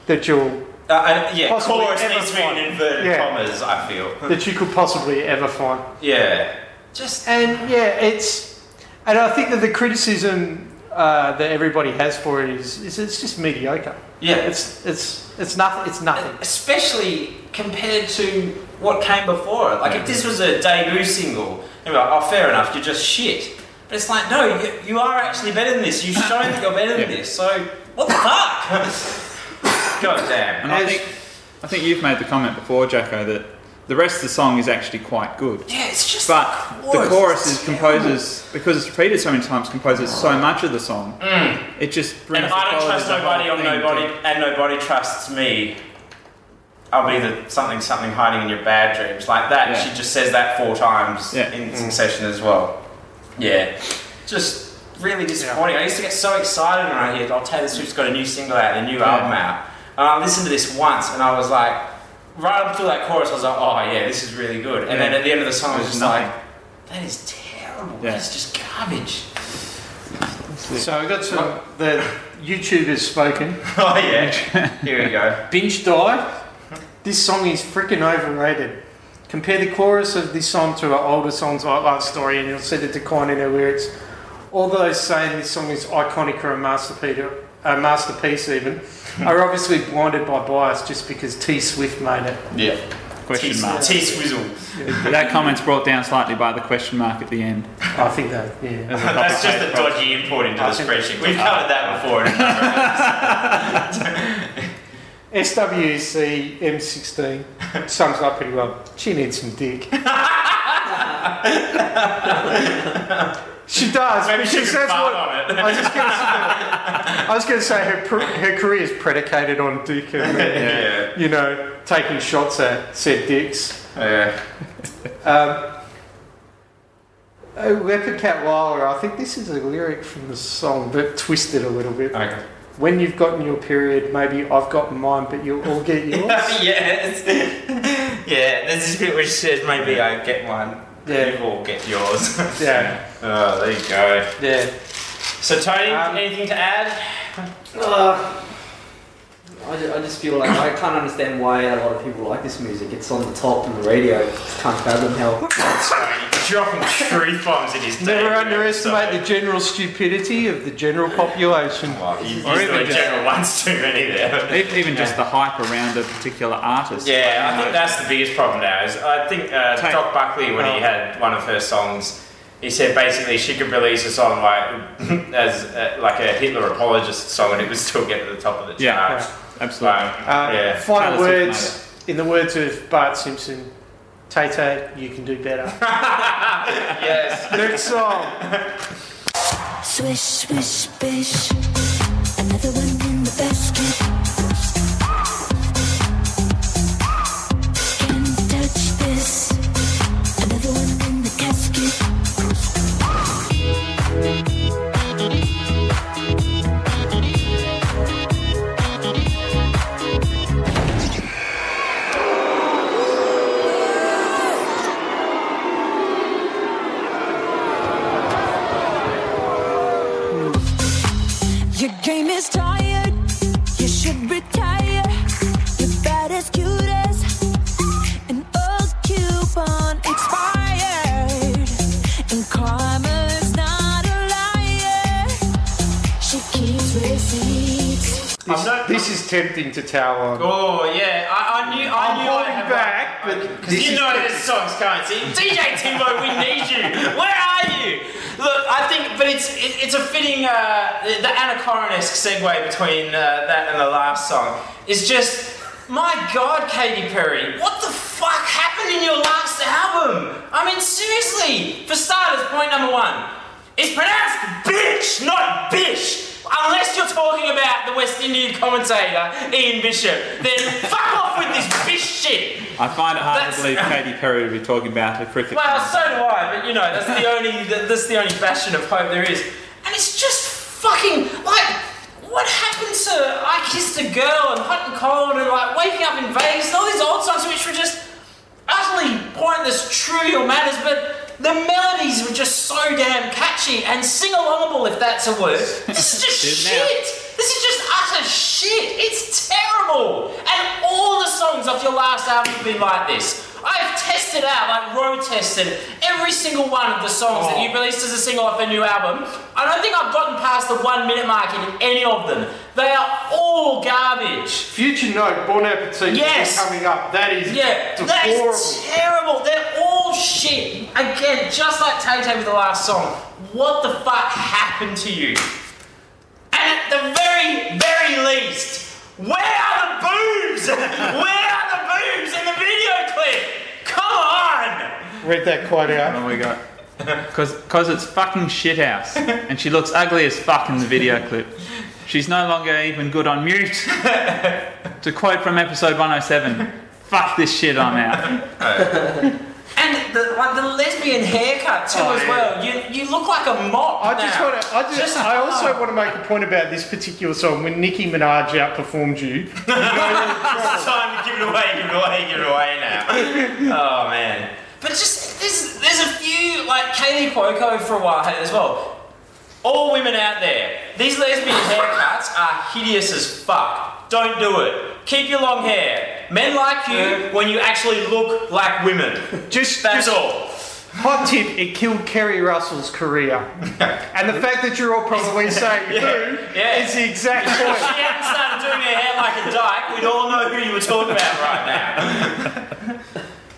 Speaker 4: that you'll
Speaker 2: Uh, and, yeah,
Speaker 4: Possibly
Speaker 2: chorus
Speaker 4: ever
Speaker 2: needs to be in
Speaker 4: find-
Speaker 2: inverted
Speaker 4: yeah.
Speaker 2: commas, I feel.
Speaker 4: that you could possibly ever find.
Speaker 2: yeah. Just.
Speaker 4: And yeah, it's and I think that the criticism uh, that everybody has for it is, is it's just mediocre.
Speaker 2: Yeah.
Speaker 4: It's it's it's nothing. It's nothing.
Speaker 2: especially compared to what came before it. Like, if this was a debut single, you'd be like, oh, fair enough, you're just shit. But it's like, no, you, you are actually better than this. You've shown that you're better than this. So, what the fuck? God damn.
Speaker 9: And I think, I think you've made the comment before, Jacko, that the rest of the song is actually quite good.
Speaker 2: Yeah, it's just.
Speaker 9: But the chorus
Speaker 2: it's
Speaker 9: is composes
Speaker 2: Mm.
Speaker 9: because it's repeated so many times. Composes so much of the song, it just brings.
Speaker 2: Mm. And
Speaker 9: the
Speaker 2: I don't
Speaker 9: quality
Speaker 2: trust
Speaker 9: of the
Speaker 2: nobody
Speaker 9: whole
Speaker 2: or
Speaker 9: thing
Speaker 2: nobody,
Speaker 9: to-
Speaker 2: and nobody trusts me. I'll be the something something hiding in your bad dreams like that.
Speaker 9: Yeah.
Speaker 2: She just says that four times
Speaker 9: Yeah.
Speaker 2: in succession as well. Yeah, just really disappointing. I used to get so excited when I hear oh Taylor Swift's got a new single out, a new album out, and I listened to this once and I was like, right up through that chorus, I was like, oh yeah, this is really good. And
Speaker 9: Yeah.
Speaker 2: then at the end of the song, I was
Speaker 9: There's
Speaker 2: just
Speaker 9: nothing.
Speaker 2: like, that is terrible.
Speaker 9: Yeah.
Speaker 2: That's just garbage.
Speaker 4: So I got some. The YouTube has spoken.
Speaker 2: oh yeah, here we go.
Speaker 4: Binge dive. This song is freaking overrated. Compare the chorus of this song to our older songs like Love Story, and you'll see the decline in her lyrics. Although saying this song is iconic or a masterpiece, a masterpiece even, are obviously blinded by bias just because T Swift made it.
Speaker 2: Yeah.
Speaker 9: Question mark.
Speaker 2: T Swizzle.
Speaker 9: that comment's brought down slightly by the question mark at the end.
Speaker 4: I think that, yeah.
Speaker 9: There's a
Speaker 2: That's
Speaker 9: complicated
Speaker 2: just a dodgy import into the
Speaker 4: think-
Speaker 2: spreadsheet. We've covered that before. in another
Speaker 4: SWC M16 sums it up pretty well. She needs some dick. she does.
Speaker 2: Maybe she
Speaker 4: because
Speaker 2: could
Speaker 4: that's
Speaker 2: fart
Speaker 4: what-
Speaker 2: on it.
Speaker 4: I was just going to say, I was gonna say her, pr- her career is predicated on dick and, uh,
Speaker 2: Yeah.
Speaker 4: you know, taking shots at said dicks.
Speaker 2: Oh, Yeah.
Speaker 4: Um, oh, Leopard Cat Lila, I think this is a lyric from the song, but twisted a little bit.
Speaker 2: Okay.
Speaker 4: When you've gotten your period, maybe I've gotten mine, but you'll all get yours.
Speaker 2: yes. Yeah, there's this bit which says maybe I get one.
Speaker 4: Yeah.
Speaker 2: You all get yours.
Speaker 4: yeah,
Speaker 2: oh, there you go.
Speaker 4: yeah.
Speaker 2: So, Tony,
Speaker 4: Um,
Speaker 2: anything to add?
Speaker 8: Uh, I, just, I just feel like I can't understand why a lot of people like this music. It's on the top on the radio. I just can't fathom how.
Speaker 2: Tony, dropping truth bombs in his day.
Speaker 4: Never underestimate the general stupidity of the general population.
Speaker 2: Well, you used
Speaker 9: Or even
Speaker 2: the
Speaker 9: just-
Speaker 2: general ones too many there.
Speaker 9: E- Even just the hype around a particular artist.
Speaker 2: Yeah, I think that's the biggest problem now. Is I think uh,
Speaker 9: Take-
Speaker 2: Doc Buckley,
Speaker 4: Oh.
Speaker 2: when he had one of her songs, he said basically she could release a song like as uh like a Hitler apologist song, and it would still get to the top of the
Speaker 9: Yeah.
Speaker 2: charts.
Speaker 9: absolutely.
Speaker 4: Uh,
Speaker 2: Um, yeah.
Speaker 4: Final
Speaker 9: Taylor Swift
Speaker 4: words, in the words of Bart Simpson, Tay Tay, you can do better.
Speaker 2: Yes.
Speaker 4: Next song.
Speaker 7: Swish, swish, bish. Another one in the basket. Can't touch this. Another one in the casket. Your game is tired. You should retire. You're bad as cute as an old coupon expired. And karma's not a liar. She keeps receipts.
Speaker 4: This,
Speaker 2: not-
Speaker 4: this is tempting to towel on.
Speaker 2: Oh yeah, I, I knew. I
Speaker 4: I'm
Speaker 2: knew I
Speaker 4: holding
Speaker 2: had
Speaker 4: back, but
Speaker 2: Because
Speaker 4: this
Speaker 2: you
Speaker 4: is
Speaker 2: know this song's currency. DJ Timbo, we need you. Where are you? Look, I think, but it's it, it's a fitting uh, the Anna Corrin-esque segue between uh, that and the last song. It's just, my God, Katy Perry, what the fuck happened in your last album? I mean, seriously. For starters, point number one. It's pronounced bitch, not bish. Unless you're talking about the West Indian commentator Ian Bishop, then fuck off with this bish shit.
Speaker 9: I find it hard
Speaker 2: That's-
Speaker 9: to believe Katy Perry would be talking about a cricket.
Speaker 2: Well, so do I, but you know, that's the only that- that's the only bastion of hope there is. And it's just fucking like, what what happened to I Kissed a Girl and Hot and Cold and like Waking Up in Vegas and all these old songs which were just utterly pointless, trivial matters, but the melodies were just so damn catchy and sing alongable if that's a word. This is just
Speaker 9: Good now.
Speaker 2: shit! This is just utter shit! It's terrible! And all the songs off your last album have been like this. I've tested out, like road tested, every single one of the songs that you released as a single off a new album. I don't think I've gotten past the one minute mark in any of them. They are all garbage.
Speaker 4: Future note, Bon Appetit
Speaker 2: Yes.
Speaker 4: is coming up. That is
Speaker 2: Yeah, that's terrible. They're all shit. Again, just like Tay Tay with the last song. What the fuck happened to you? And at the very, very least, where are the boobs? where are the boobs in the video clip? Come on!
Speaker 4: Read that quote out.
Speaker 9: What we got? Oh Cause, cause it's fucking shithouse, and she looks ugly as fuck in the video clip. She's no longer even good on mute. to quote from episode 107, "Fuck this shit, I'm out."
Speaker 2: And the, like the lesbian haircut too, as well. You, you look like a mop.
Speaker 4: Oh, I just
Speaker 2: now.
Speaker 4: want to. I just.
Speaker 2: Just-
Speaker 4: I also want to make a point about this particular song when Nicki Minaj outperformed you.
Speaker 2: It's time to give it away, give it away, give it away now. oh man. But just there's there's a few like Kaylee Cuoco for a while had it as well. All women out there, these lesbian haircuts are hideous as fuck. Don't do it. Keep your long hair. Men like you when you actually look like women.
Speaker 4: Just
Speaker 2: That's
Speaker 4: just-
Speaker 2: all.
Speaker 4: Hot tip: It killed Kerry Russell's career, and the fact that you're all probably saying who
Speaker 2: yeah.
Speaker 4: is the exact point.
Speaker 2: If you hadn't started doing your hair like a dyke, we'd all know who you were talking about right now.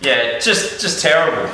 Speaker 2: yeah, just just terrible.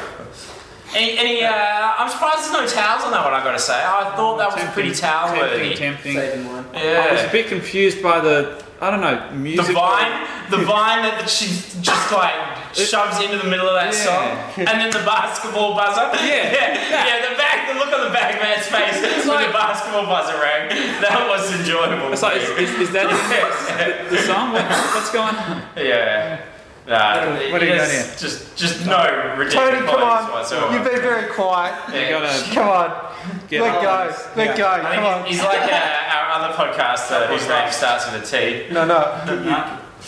Speaker 2: Any, any uh, I'm surprised there's no towels on that one. I gotta say, I thought that was pretty towel
Speaker 9: tempting,
Speaker 2: worthy.
Speaker 9: tempting.
Speaker 8: Saving one.
Speaker 9: I was a
Speaker 2: Yeah,
Speaker 9: bit confused by the, I don't know,
Speaker 2: the
Speaker 9: music.
Speaker 2: vine, the vine that she just like shoves into the middle of that
Speaker 9: Yeah.
Speaker 2: song, and then the basketball buzzer.
Speaker 9: Yeah.
Speaker 2: yeah, yeah. The back, the look on the back man's face when the basketball buzzer rang. That was enjoyable.
Speaker 9: It's like, is, is, is that the, the song? What, what's going on?
Speaker 2: Yeah. Nah,
Speaker 9: what do you
Speaker 2: it's
Speaker 9: got here?
Speaker 2: Just, just no ridiculous
Speaker 4: Tony, come on.
Speaker 2: whatsoever.
Speaker 4: You've been very quiet.
Speaker 9: You gotta
Speaker 4: Come on.
Speaker 9: get
Speaker 4: Let go. Let go.
Speaker 2: I
Speaker 4: Come
Speaker 2: think
Speaker 4: on.
Speaker 2: he's, he's like uh, our other podcaster whose name starts with a T.
Speaker 4: No, no.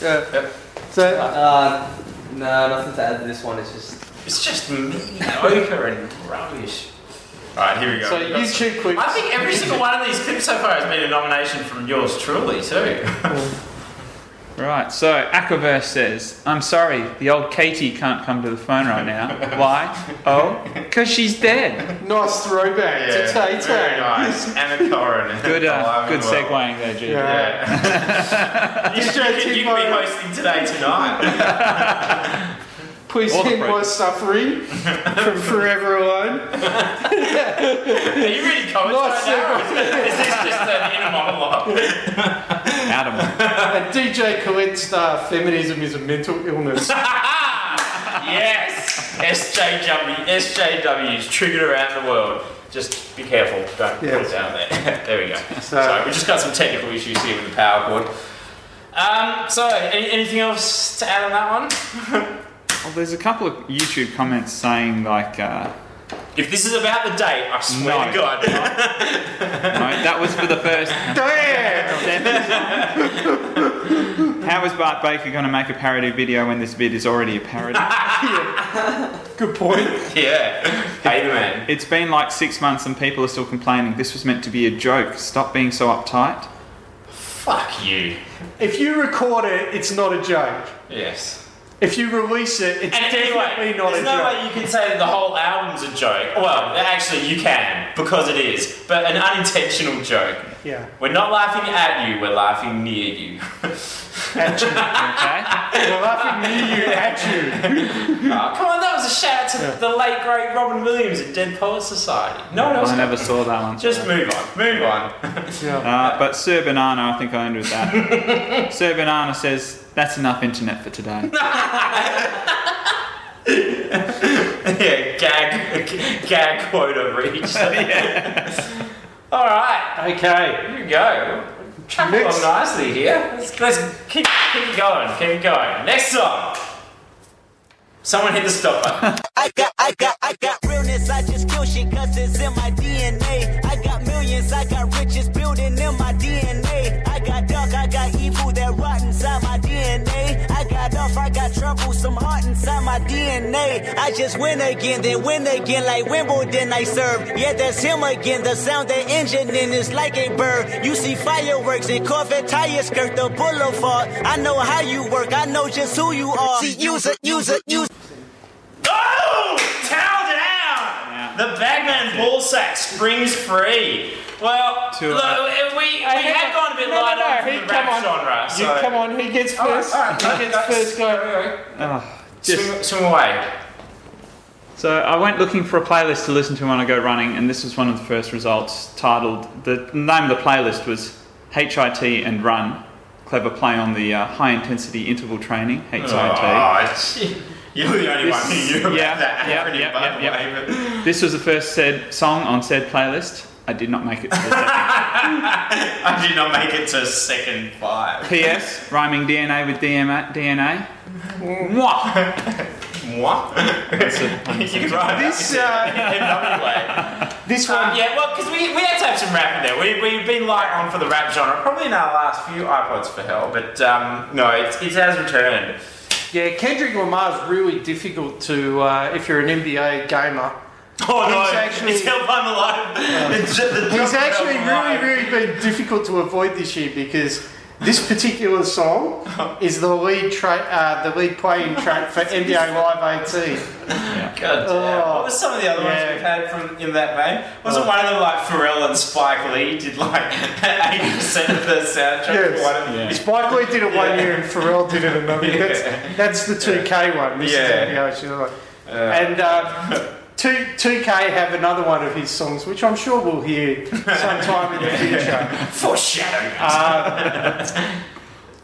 Speaker 4: Yeah. So
Speaker 8: Uh, no, nothing to add to this one. It's just
Speaker 2: It's just mediocre and rubbish. Alright, here we go.
Speaker 4: so
Speaker 2: We've got
Speaker 4: you
Speaker 2: some-
Speaker 4: two quick.
Speaker 2: I think every single one of these clips so far has been a nomination from yours truly, too.
Speaker 9: Right, so Aquaverse says, I'm sorry, the old Katie can't come to the phone right now. Why? Oh, because she's dead.
Speaker 4: Nice throwback to Tay
Speaker 2: very
Speaker 4: Tay.
Speaker 2: nice. Anna Corrin. Oh,
Speaker 9: Good, uh,
Speaker 2: Alive
Speaker 9: good
Speaker 2: and well.
Speaker 9: segueing there, Jude.
Speaker 4: Yeah.
Speaker 2: Yeah. you, should, you can be hosting today tonight.
Speaker 4: Please
Speaker 9: All the
Speaker 4: end my
Speaker 9: progress.
Speaker 4: suffering from forever alone.
Speaker 2: Are you really coming
Speaker 4: Nice
Speaker 2: right now? Is this just an inner monologue?
Speaker 9: Adam.
Speaker 4: And DJ Colette's uh, feminism is a mental illness.
Speaker 2: yes! SJW, SJWs triggered around the world. Just be careful, don't put
Speaker 4: Yes.
Speaker 2: it down there. there we go.
Speaker 4: So-
Speaker 2: Sorry, we just got some technical issues here with the power cord. Um, so, any, anything else to add on that one?
Speaker 9: Well, there's a couple of YouTube comments saying, like, uh,
Speaker 2: If this is about the date, I swear
Speaker 9: No.
Speaker 2: to God.
Speaker 9: no, that was for the first.
Speaker 4: Damn!
Speaker 9: How is Bart Baker going to make a parody video when this vid is already a parody?
Speaker 4: Good point.
Speaker 2: Yeah. Hey, man.
Speaker 9: It's been like six months and people are still complaining. This was meant to be a joke. Stop being so uptight.
Speaker 2: Fuck you.
Speaker 4: If you record it, it's not a joke.
Speaker 2: Yes.
Speaker 4: If you release it, it's
Speaker 2: And
Speaker 4: definitely
Speaker 2: anyway,
Speaker 4: not a
Speaker 2: there's no
Speaker 4: joke.
Speaker 2: way you can say that the whole album's a joke. Well, actually, you can, because it is, but an unintentional joke.
Speaker 4: Yeah.
Speaker 2: We're not laughing at you, we're laughing near you.
Speaker 9: Okay?
Speaker 4: We're laughing near you at you.
Speaker 2: Oh, come on, that was a shout out to the late, great Robin Williams at Dead Poets Society. No one else.
Speaker 9: I never saw that one.
Speaker 2: Just move on, move on.
Speaker 9: Uh, but Sir Banana, I think I end with that. Sir Banana says, that's enough internet for today.
Speaker 2: yeah, gag, gag quota reached. All right,
Speaker 4: Okay.
Speaker 2: here we go. Chuck along
Speaker 4: Next.
Speaker 2: nicely here. Let's, let's keep, keep it going, keep it going. Next song. Someone hit the stop button.
Speaker 10: I got, I got, I got realness. I just kill shit cause it's in my DNA. I got millions, I got riches building in my DNA. I lemonade. I just win again, then win again like Wimbledon I serve. Yeah, that's him again. The sound that engine in is like a bird. You see fireworks and Corvette tires skirt the boulevard. I know how you work. I know just who you are. See, use it, use it, use it.
Speaker 2: Oh! Towel down! The Bagman ball sack springs free. Well,
Speaker 9: Two.
Speaker 2: look, we, we had gone a bit
Speaker 4: no,
Speaker 2: light
Speaker 4: no,
Speaker 2: on
Speaker 4: he-
Speaker 2: from the rap
Speaker 4: come on.
Speaker 2: genre.
Speaker 4: You
Speaker 2: So.
Speaker 4: come on, he gets
Speaker 2: All right,
Speaker 4: first.
Speaker 2: Oh, all right,
Speaker 4: he
Speaker 2: okay,
Speaker 4: gets
Speaker 2: guys.
Speaker 4: first go.
Speaker 9: Oh, just,
Speaker 2: Swim, swim away.
Speaker 9: so I went looking for a playlist to listen to when I go running, and this was one of the first results. Titled the name of the playlist was HIT and Run. Clever play on the uh, high intensity interval training HIT.
Speaker 4: Ah.
Speaker 2: Oh, gee. You're the only one who
Speaker 9: This-
Speaker 2: knew about
Speaker 9: yeah,
Speaker 2: that
Speaker 9: yeah,
Speaker 2: acronym,
Speaker 9: yeah, yeah,
Speaker 2: by the
Speaker 9: yeah.
Speaker 2: way. but-
Speaker 9: This was the first said song on said playlist. I did not make it to the second.
Speaker 2: I did not make it to second five.
Speaker 9: P.S. Rhyming DNA with DMA, DNA. Mwah!
Speaker 2: What?
Speaker 9: That's it. I'm
Speaker 2: you
Speaker 9: sorry.
Speaker 2: right.
Speaker 4: This, uh,
Speaker 2: another way.
Speaker 4: this
Speaker 2: Um,
Speaker 4: one,
Speaker 2: yeah, well, because we, we had to have some rap in there. We, we've been light on for the rap genre, probably in our last few iPods for hell, but um, no, it, it has returned.
Speaker 4: yeah, Kendrick Lamar's really difficult to uh, if you're an NBA gamer.
Speaker 2: Oh no,
Speaker 4: He's actually-
Speaker 2: it's held by Malone. It's just the drop
Speaker 4: He's
Speaker 2: of
Speaker 4: actually
Speaker 2: Malone.
Speaker 4: really, really been difficult to avoid this year because this particular song is the lead track, uh, the lead playing track for NBA Live 18.
Speaker 2: God damn.
Speaker 4: Oh.
Speaker 2: what was some of the other
Speaker 4: Yeah. Oh.
Speaker 2: ones we've had from in that vein? Wasn't one of them like Pharrell and Spike Lee did like 80% of the
Speaker 4: Yes.
Speaker 2: soundtrack? for one of them?
Speaker 4: Spike Lee did it one year and Pharrell did it another.
Speaker 2: Yeah.
Speaker 4: That's, that's the 2K one. This
Speaker 2: Yeah.
Speaker 4: is NBA. Live. And uh, 2, 2K have another one of his songs, which I'm sure we'll hear sometime in the future.
Speaker 2: Foreshadowing.
Speaker 4: Uh,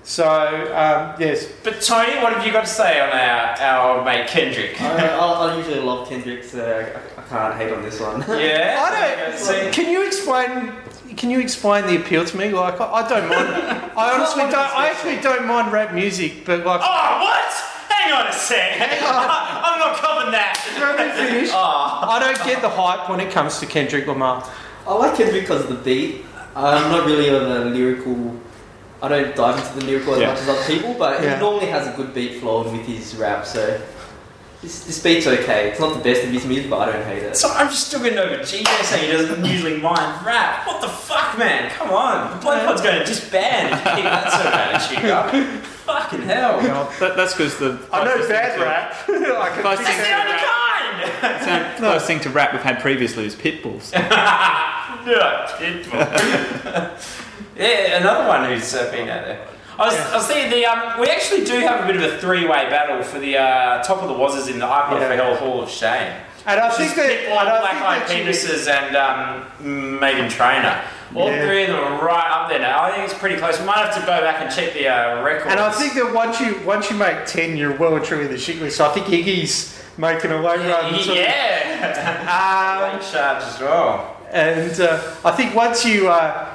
Speaker 4: So, um, yes,
Speaker 2: but Tony, what have you got to say on our, our mate Kendrick?
Speaker 8: I, I, I usually love Kendrick, so I, I can't hate on this one.
Speaker 2: Yeah?
Speaker 4: I don't.
Speaker 2: See?
Speaker 4: can you explain? Can you explain the appeal to me? Like, I, I don't mind. I honestly don't. I actually don't mind rap music, but like,
Speaker 2: Oh, what? Hang on a sec. I, I'm not covering that.
Speaker 4: let me finish.
Speaker 2: Ah.
Speaker 4: I don't get the hype when it comes to Kendrick Lamar.
Speaker 8: I like Kendrick because of the beat. I'm not really of a lyrical. I don't dive into the lyrical as
Speaker 9: Yeah.
Speaker 8: much as other people, but
Speaker 4: Yeah.
Speaker 8: he normally has a good beat flowing with his rap. So this, this beat's okay. It's not the best of his music, but I don't hate it.
Speaker 2: So I'm just still getting over GJ saying he doesn't usually mind rap. What the fuck, man? Come on. The Blood Pod's going to disband if you keep that sort of attitude up. Fucking hell.
Speaker 9: Well, that, that's because the.
Speaker 4: I know
Speaker 9: closest thing
Speaker 4: bad
Speaker 9: to-
Speaker 4: rap. I can
Speaker 9: Closest
Speaker 2: It's
Speaker 9: thing
Speaker 2: the
Speaker 9: to
Speaker 2: only
Speaker 9: rap-
Speaker 2: kind.
Speaker 9: sound- Closest thing to rap we've had previously was Pitbulls.
Speaker 2: Yeah, yeah, another one who's uh, been out there. I was, I was thinking the um, we actually do have a bit of a three-way battle for the uh, top of the wazzers in the iPod
Speaker 4: Yeah.
Speaker 2: for Hell Hall of Shame.
Speaker 4: And I think
Speaker 2: Just
Speaker 4: that.
Speaker 2: people on
Speaker 4: And
Speaker 2: Black
Speaker 4: I
Speaker 2: Eyed
Speaker 4: think that she,
Speaker 2: Penises and um, Megan Trainer. All
Speaker 4: Yeah.
Speaker 2: three of them are right up there now. I think it's pretty close. We might have to go back and check the uh, records.
Speaker 4: and I think that once you once you make ten, you're well and truly in the shit list. So I think Iggy's making a long run. to-
Speaker 2: yeah,
Speaker 4: Um,
Speaker 2: Late charge as well.
Speaker 4: And uh, I think once you, uh,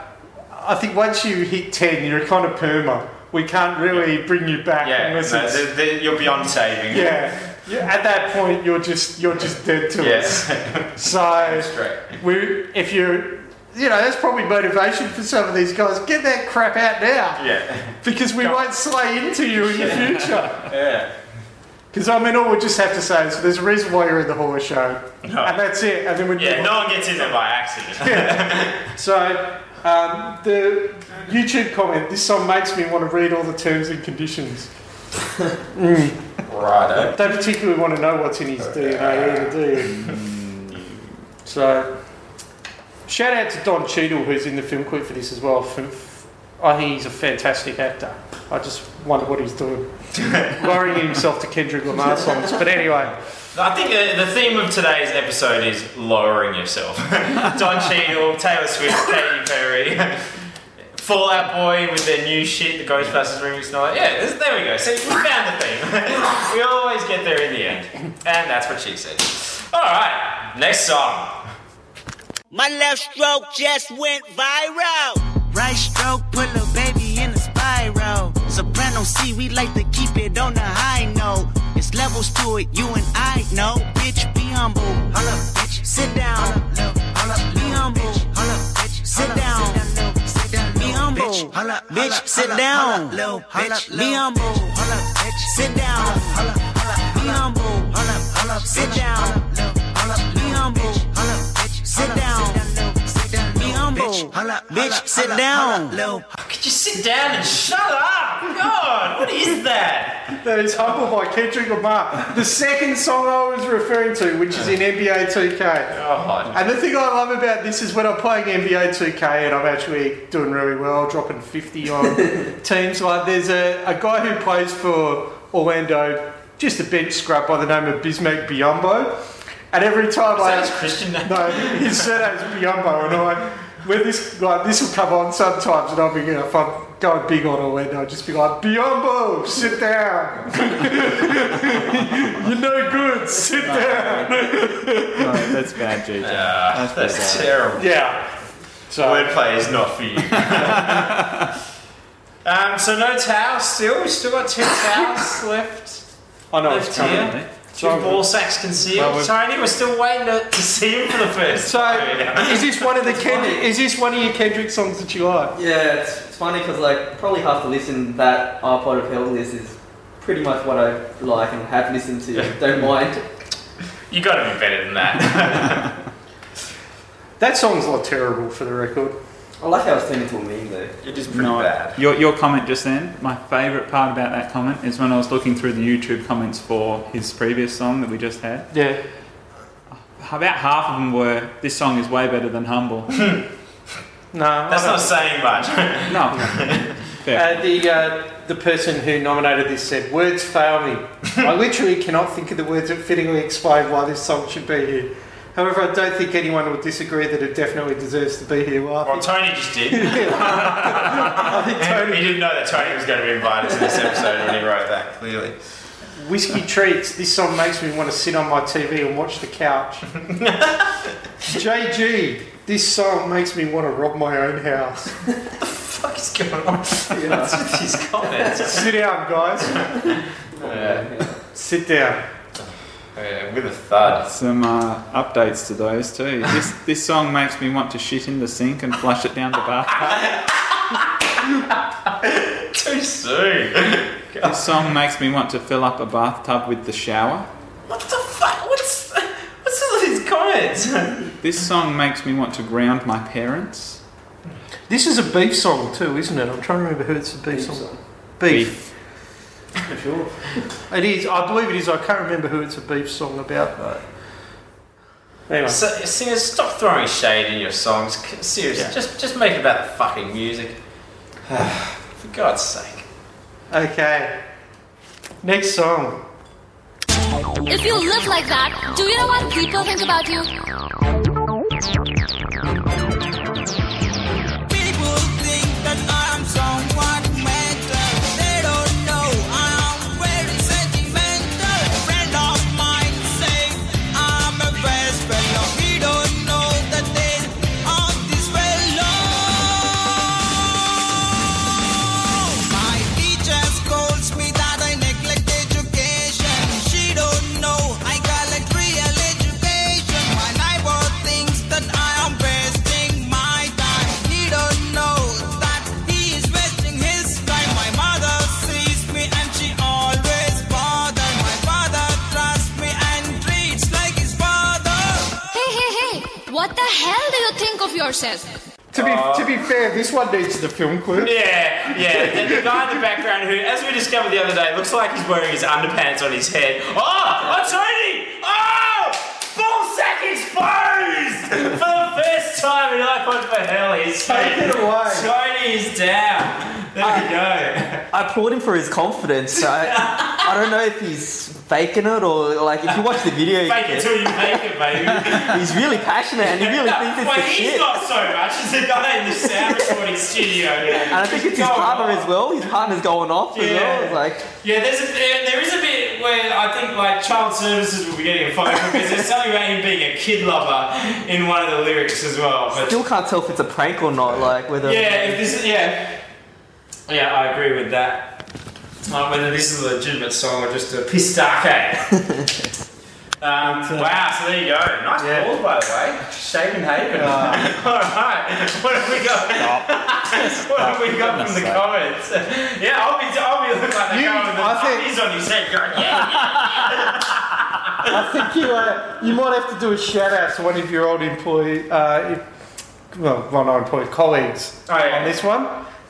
Speaker 4: I think once you hit ten, you're kind of perma. We can't really bring you back
Speaker 2: Yeah,
Speaker 4: unless
Speaker 2: no,
Speaker 4: it's,
Speaker 2: th- th- you're beyond saving.
Speaker 4: yeah. yeah. At that point, you're just you're just dead to us.
Speaker 2: yes,
Speaker 4: So
Speaker 2: straight.
Speaker 4: we, if you, you know, that's probably motivation for some of these guys. Get that crap out now
Speaker 2: Yeah.
Speaker 4: because we won't slay into you in the future.
Speaker 2: Yeah.
Speaker 4: Because I mean, all we just have to say is there's a reason why you're in the horror show,
Speaker 2: No.
Speaker 4: and that's it. And then we move
Speaker 2: Yeah,
Speaker 4: on.
Speaker 2: no one gets in there by accident.
Speaker 4: So, um, the YouTube comment, this song makes me want to read all the terms and conditions.
Speaker 2: Righto.
Speaker 4: Don't particularly want to know what's in his DNA either, do you? Hmm. So, shout out to Don Cheadle, who's in the film clip for this as well. F- f- I think he's a fantastic actor. I just wonder what he's doing. Lowering himself to Kendrick Lamar songs. But anyway,
Speaker 2: I think uh, the, the theme of today's episode is lowering yourself. Don Cheadle, Taylor Swift, Katy Perry, Fallout Boy with their new shit, the Ghostbusters remix, and all that. Yeah, this- there we go. See, we found the theme. we always get there in the end. And that's what she said. Alright, next song.
Speaker 10: My left stroke just went viral. Right stroke put a baby in a spiral. Soprano C, we like to keep it on the high note. It's levels to it, you and I know. Bitch, be humble. Hold up, bitch. Sit down. Hold up, be humble. Hold up, bitch. Sit down. Be humble. Bitch, sit down. Be humble. Sit down. Be humble. Hold up, hold up, sit down. Hold up, be humble. Hold up, bitch. Sit down. Be humble. Hold up, bitch. Sit down.
Speaker 2: Could you sit down and shut up? God, what is that?
Speaker 4: That is Humble by Kendrick Lamar. The second song I was referring to, which is in NBA 2K.
Speaker 2: God.
Speaker 4: And the thing I love about this is when I'm playing NBA 2K and I'm actually doing really well, dropping 50 on teams. Like, there's a, a guy who plays for Orlando, just a bench scrap by the name of Bismack Biombo. And every time
Speaker 2: Is
Speaker 4: I.
Speaker 2: that his Christian name?
Speaker 4: No, his surname's Biombo, and I, when this like this will come on sometimes, and I'll be you know, if I'm going big on Orlando, I'll just be like Biombo, sit down. You're no good. Sit down.
Speaker 11: that's bad, JJ.
Speaker 2: Ah,
Speaker 11: That's
Speaker 2: that's
Speaker 11: bad.
Speaker 2: terrible.
Speaker 4: Yeah. So
Speaker 2: Wordplay is not for you. um, so no towels still. We still got two towels left.
Speaker 4: I know it's
Speaker 2: Left
Speaker 4: coming.
Speaker 2: here. Two ball sacks concealed.
Speaker 4: Well, we've-
Speaker 2: Tony, we're still waiting to, to see him for the first.
Speaker 4: So
Speaker 2: time.
Speaker 4: is this one of the Kendrick, is this one of your Kendrick songs that you like?
Speaker 8: Yeah, it's, it's funny because like probably half the listen that iPod of Hell list is pretty much what I like and have listened to. Don't mind.
Speaker 2: you got to be better than that.
Speaker 4: That song's like terrible for the record.
Speaker 8: I like how it's turned into a meme though.
Speaker 2: It is pretty
Speaker 9: No,
Speaker 2: bad.
Speaker 9: your, your comment just then, my favourite part about that comment is when I was looking through the YouTube comments for his previous song that we just had.
Speaker 4: Yeah.
Speaker 9: About half of them were, this song is way better than Humble.
Speaker 4: No, I
Speaker 2: That's
Speaker 4: don't-
Speaker 2: not saying much.
Speaker 9: No. Fair.
Speaker 4: Uh, the uh, the person who nominated this said, "Words fail me. I literally cannot think of the words that fittingly explain why this song should be here." However, I don't think anyone would disagree that it definitely deserves to be here. Well, I
Speaker 2: Well,
Speaker 4: think,
Speaker 2: Tony just did. he
Speaker 4: I think Tony
Speaker 2: didn't know that Tony was going to be invited to this episode when he wrote that. Clearly.
Speaker 4: whiskey treats. This song makes me want to sit on my TV and watch the couch. JG, this song makes me want to rob my own house.
Speaker 2: What the fuck is going on? What's with these comments?
Speaker 4: Sit down, guys.
Speaker 2: Yeah.
Speaker 8: Uh,
Speaker 4: Sit down.
Speaker 2: Yeah, with a thud.
Speaker 9: Some uh, updates to those too. This, this song makes me want to shit in the sink and flush it down the bath.
Speaker 2: Too soon.
Speaker 9: This song makes me want to fill up a bathtub with the shower.
Speaker 2: What the fuck? What's what's all these comments?
Speaker 9: This song makes me want to ground my parents.
Speaker 4: This is a beef song too, isn't it? I'm trying to remember who it's a beef, song. beef.
Speaker 8: For sure.
Speaker 4: It is. I believe it is. I can't remember who it's a beef song about though. Anyway,
Speaker 2: so, singers, stop throwing shade in your songs. C- Seriously, just just make it about the fucking music. For God's sake.
Speaker 4: okay. Next song.
Speaker 7: If you live like that, do you know what people think about you?
Speaker 10: People think that I'm someone mental. They don't know I'm very sentimental. Friend of mine say I'm a best fellow. He don't know the thing of this fellow. My teacher scolds me that I neglect education. She don't know I collect real education. My neighbor thinks that I am wasting my time. He don't know that he is wasting his time. My mother sees me and she always bothers. My father trusts me and treats like his father.
Speaker 7: Hey, hey, hey! What the hell do you think of yourself?
Speaker 4: To be to be fair, this one needs the film clip.
Speaker 2: Yeah, yeah. The, the guy in the background who, as we discovered the other day, looks like he's wearing his underpants on his head. Oh, oh Tony! Oh! Full sack exposed! For the first time in iPod for Hell, he's
Speaker 4: Take it away.
Speaker 2: Tony is down. There we go.
Speaker 8: I applaud him for his confidence. I, I don't know if he's faking it or like if you watch the video, you
Speaker 2: Fake it
Speaker 8: get-
Speaker 2: till you make it, baby.
Speaker 8: he's really passionate and he really thinks it's
Speaker 2: Wait,
Speaker 8: the
Speaker 2: he's
Speaker 8: shit.
Speaker 2: not so much. It's the guy in the sound recording studio.
Speaker 8: And I think it's his
Speaker 2: Go
Speaker 8: partner
Speaker 2: on.
Speaker 8: as well. His partner's going off as well.
Speaker 2: Yeah.
Speaker 8: It's like
Speaker 2: Yeah, there's a, there, there is a bit where I think like child services will be getting a phone because there's something about him being a kid lover in one of the lyrics as well. But
Speaker 8: still can't tell if it's a prank or not. Like whether
Speaker 2: yeah, if this yeah, yeah, I agree with that. Like whether this is a legitimate song or just a pistake. Um, wow, so there you go. Nice
Speaker 4: Yeah. Oh.
Speaker 2: ball, by the way. Shaven Haven. All right, what have we got? what have we got from the comments? Yeah, I'll be, I'll be looking like the
Speaker 4: You-
Speaker 2: guy with the
Speaker 4: I think-
Speaker 2: puppies on his head going, yeah,
Speaker 4: I think you, uh, you might have to do a shout out to one of your old employee, uh, if- well, well, not employee colleagues
Speaker 2: Oh,
Speaker 4: on this one,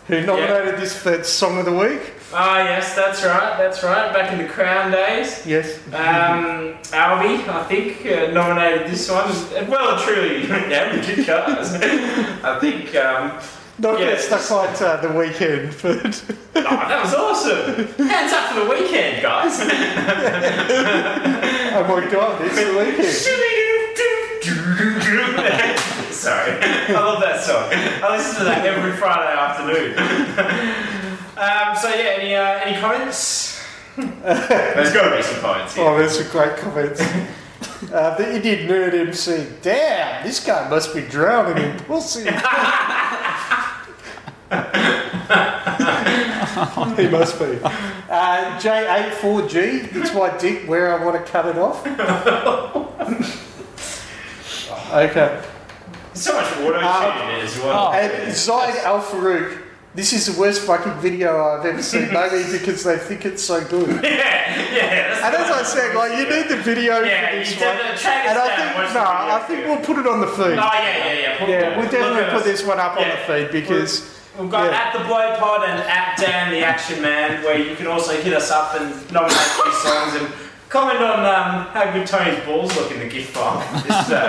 Speaker 4: who nominated this for song of the week.
Speaker 2: Ah, yes, that's right, that's right. Back in the Crown days.
Speaker 4: Yes.
Speaker 2: Um, Albie, I think, uh, nominated this one. Well, and truly, yeah, we did cars. I think. Um,
Speaker 4: Not
Speaker 2: yeah.
Speaker 4: get stuck like uh, the weekend, but
Speaker 2: Oh, that was awesome! Hands up for the weekend, guys.
Speaker 4: oh my god, it's the weekend.
Speaker 2: Sorry, I love that song. I listen to that every Friday afternoon. um, so yeah, any uh, any comments? There's got to be some comments.
Speaker 4: Oh, that's a great comment. Uh, the Indian nerd MC. Damn, this guy must be drowning in pussy. he must be. Uh, J84G, it's my dick where I want to cut it off. okay. Oh.
Speaker 2: So much auto
Speaker 4: Ah.
Speaker 2: tune in it as well.
Speaker 4: And Zaid Al Farouk, this is the worst fucking video I've ever seen, maybe because they think it's so good.
Speaker 2: yeah, yeah. That's
Speaker 4: And as I said, like you need the video
Speaker 2: Yeah,
Speaker 4: for
Speaker 2: you
Speaker 4: this one.
Speaker 2: definitely- track us
Speaker 4: And I
Speaker 2: down,
Speaker 4: think
Speaker 2: watch the
Speaker 4: no,
Speaker 2: video
Speaker 4: I think we'll put it on the feed.
Speaker 2: Oh yeah, yeah, yeah. Put-
Speaker 4: yeah, we'll
Speaker 2: look
Speaker 4: definitely
Speaker 2: at
Speaker 4: put
Speaker 2: us.
Speaker 4: this one up on
Speaker 2: Yeah.
Speaker 4: the feed because
Speaker 2: We've got
Speaker 4: Yeah.
Speaker 2: at the Blow Pod and at Dan the Action Man, where you can also hit us up and nominate these songs and comment on um, how good Tony's balls look in the gift file this uh,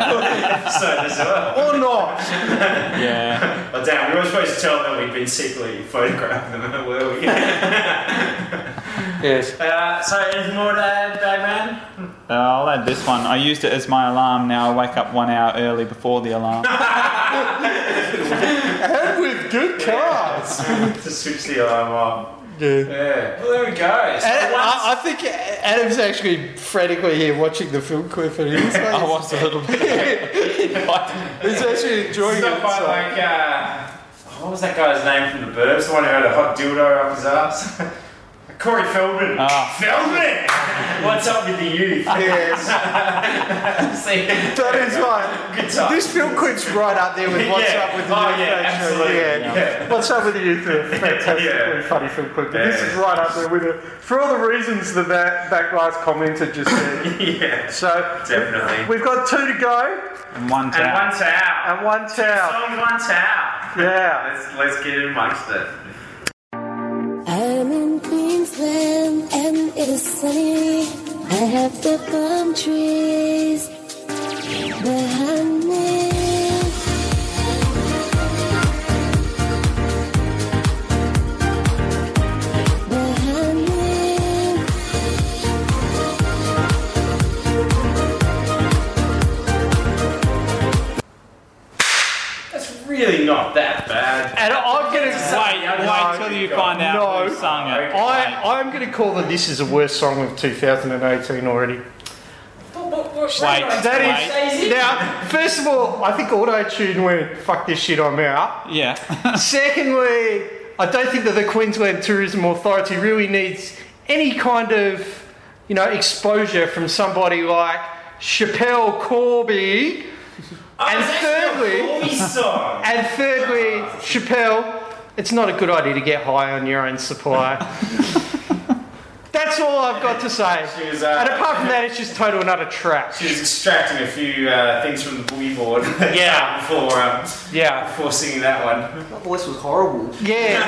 Speaker 2: episode as well.
Speaker 4: or not.
Speaker 2: Yeah. well, Dan, we were supposed to tell them we'd been secretly photographing them, were we?
Speaker 4: yes.
Speaker 2: uh, so, anything more to add, Bagman?
Speaker 9: Uh, I'll add this one. I used it as my alarm. Now I wake up one hour early before the alarm.
Speaker 4: And with good cards.
Speaker 2: to switch the alarm off.
Speaker 4: Yeah.
Speaker 2: Yeah. Well, there we go. So
Speaker 4: And
Speaker 2: once-
Speaker 4: I, I think Adam's actually frantically here watching the film clip and he's like,
Speaker 9: I was a little bit.
Speaker 4: he's actually enjoying
Speaker 2: It's
Speaker 4: it.
Speaker 2: not quite
Speaker 4: so-
Speaker 2: like, uh, what was that guy's name from the Burbs? The one who had a hot dildo up his ass? Corey Feldman.
Speaker 9: Ah.
Speaker 2: Feldman! What's up with the youth?
Speaker 4: Yes.
Speaker 2: See,
Speaker 4: That is right.
Speaker 2: good time.
Speaker 4: This film clip's right up there with what's
Speaker 2: Yeah.
Speaker 4: up with the
Speaker 2: Oh,
Speaker 4: youth
Speaker 2: yeah,
Speaker 4: actually.
Speaker 2: absolutely.
Speaker 4: Yeah.
Speaker 2: Yeah.
Speaker 4: What's up with the youth? Fantastic,
Speaker 2: Yeah.
Speaker 4: funny film clip. But This
Speaker 2: Yeah.
Speaker 4: is right up there with it for all the reasons that that, that guy's commenter just said.
Speaker 2: yeah,
Speaker 4: So
Speaker 2: definitely.
Speaker 4: we've got two to go
Speaker 9: And one
Speaker 2: And
Speaker 9: towel.
Speaker 2: one towel.
Speaker 4: and one towel.
Speaker 2: Song one towel.
Speaker 4: Yeah.
Speaker 2: Let's, let's get in amongst it.
Speaker 7: I'm in Queensland and it is sunny. I have the palm trees behind me. Behind me.
Speaker 2: That's really not that bad.
Speaker 4: And I'm gonna
Speaker 9: Wait, wait till you find out
Speaker 4: No.
Speaker 9: who sung it.
Speaker 4: I, I'm going to call that this is the worst song of 2018 already.
Speaker 9: Wait, wait.
Speaker 4: That is now. First of all, I think auto tune went fuck this shit. I'm out.
Speaker 9: Yeah.
Speaker 4: Secondly, I don't think that the Queensland Tourism Authority really needs any kind of you know exposure from somebody like Chappelle Corby.
Speaker 2: Oh,
Speaker 4: And thirdly,
Speaker 2: Corby song.
Speaker 4: and thirdly, Chappelle, it's not a good idea to get high on your own supply. That's all I've got to say.
Speaker 2: She was,
Speaker 4: And
Speaker 2: uh,
Speaker 4: apart from that, it's just total and utter trash.
Speaker 2: she was extracting a few uh, things from the boogie board.
Speaker 4: Yeah.
Speaker 2: before um,
Speaker 4: Yeah.
Speaker 2: before singing that one.
Speaker 8: My voice was horrible.
Speaker 4: Yeah.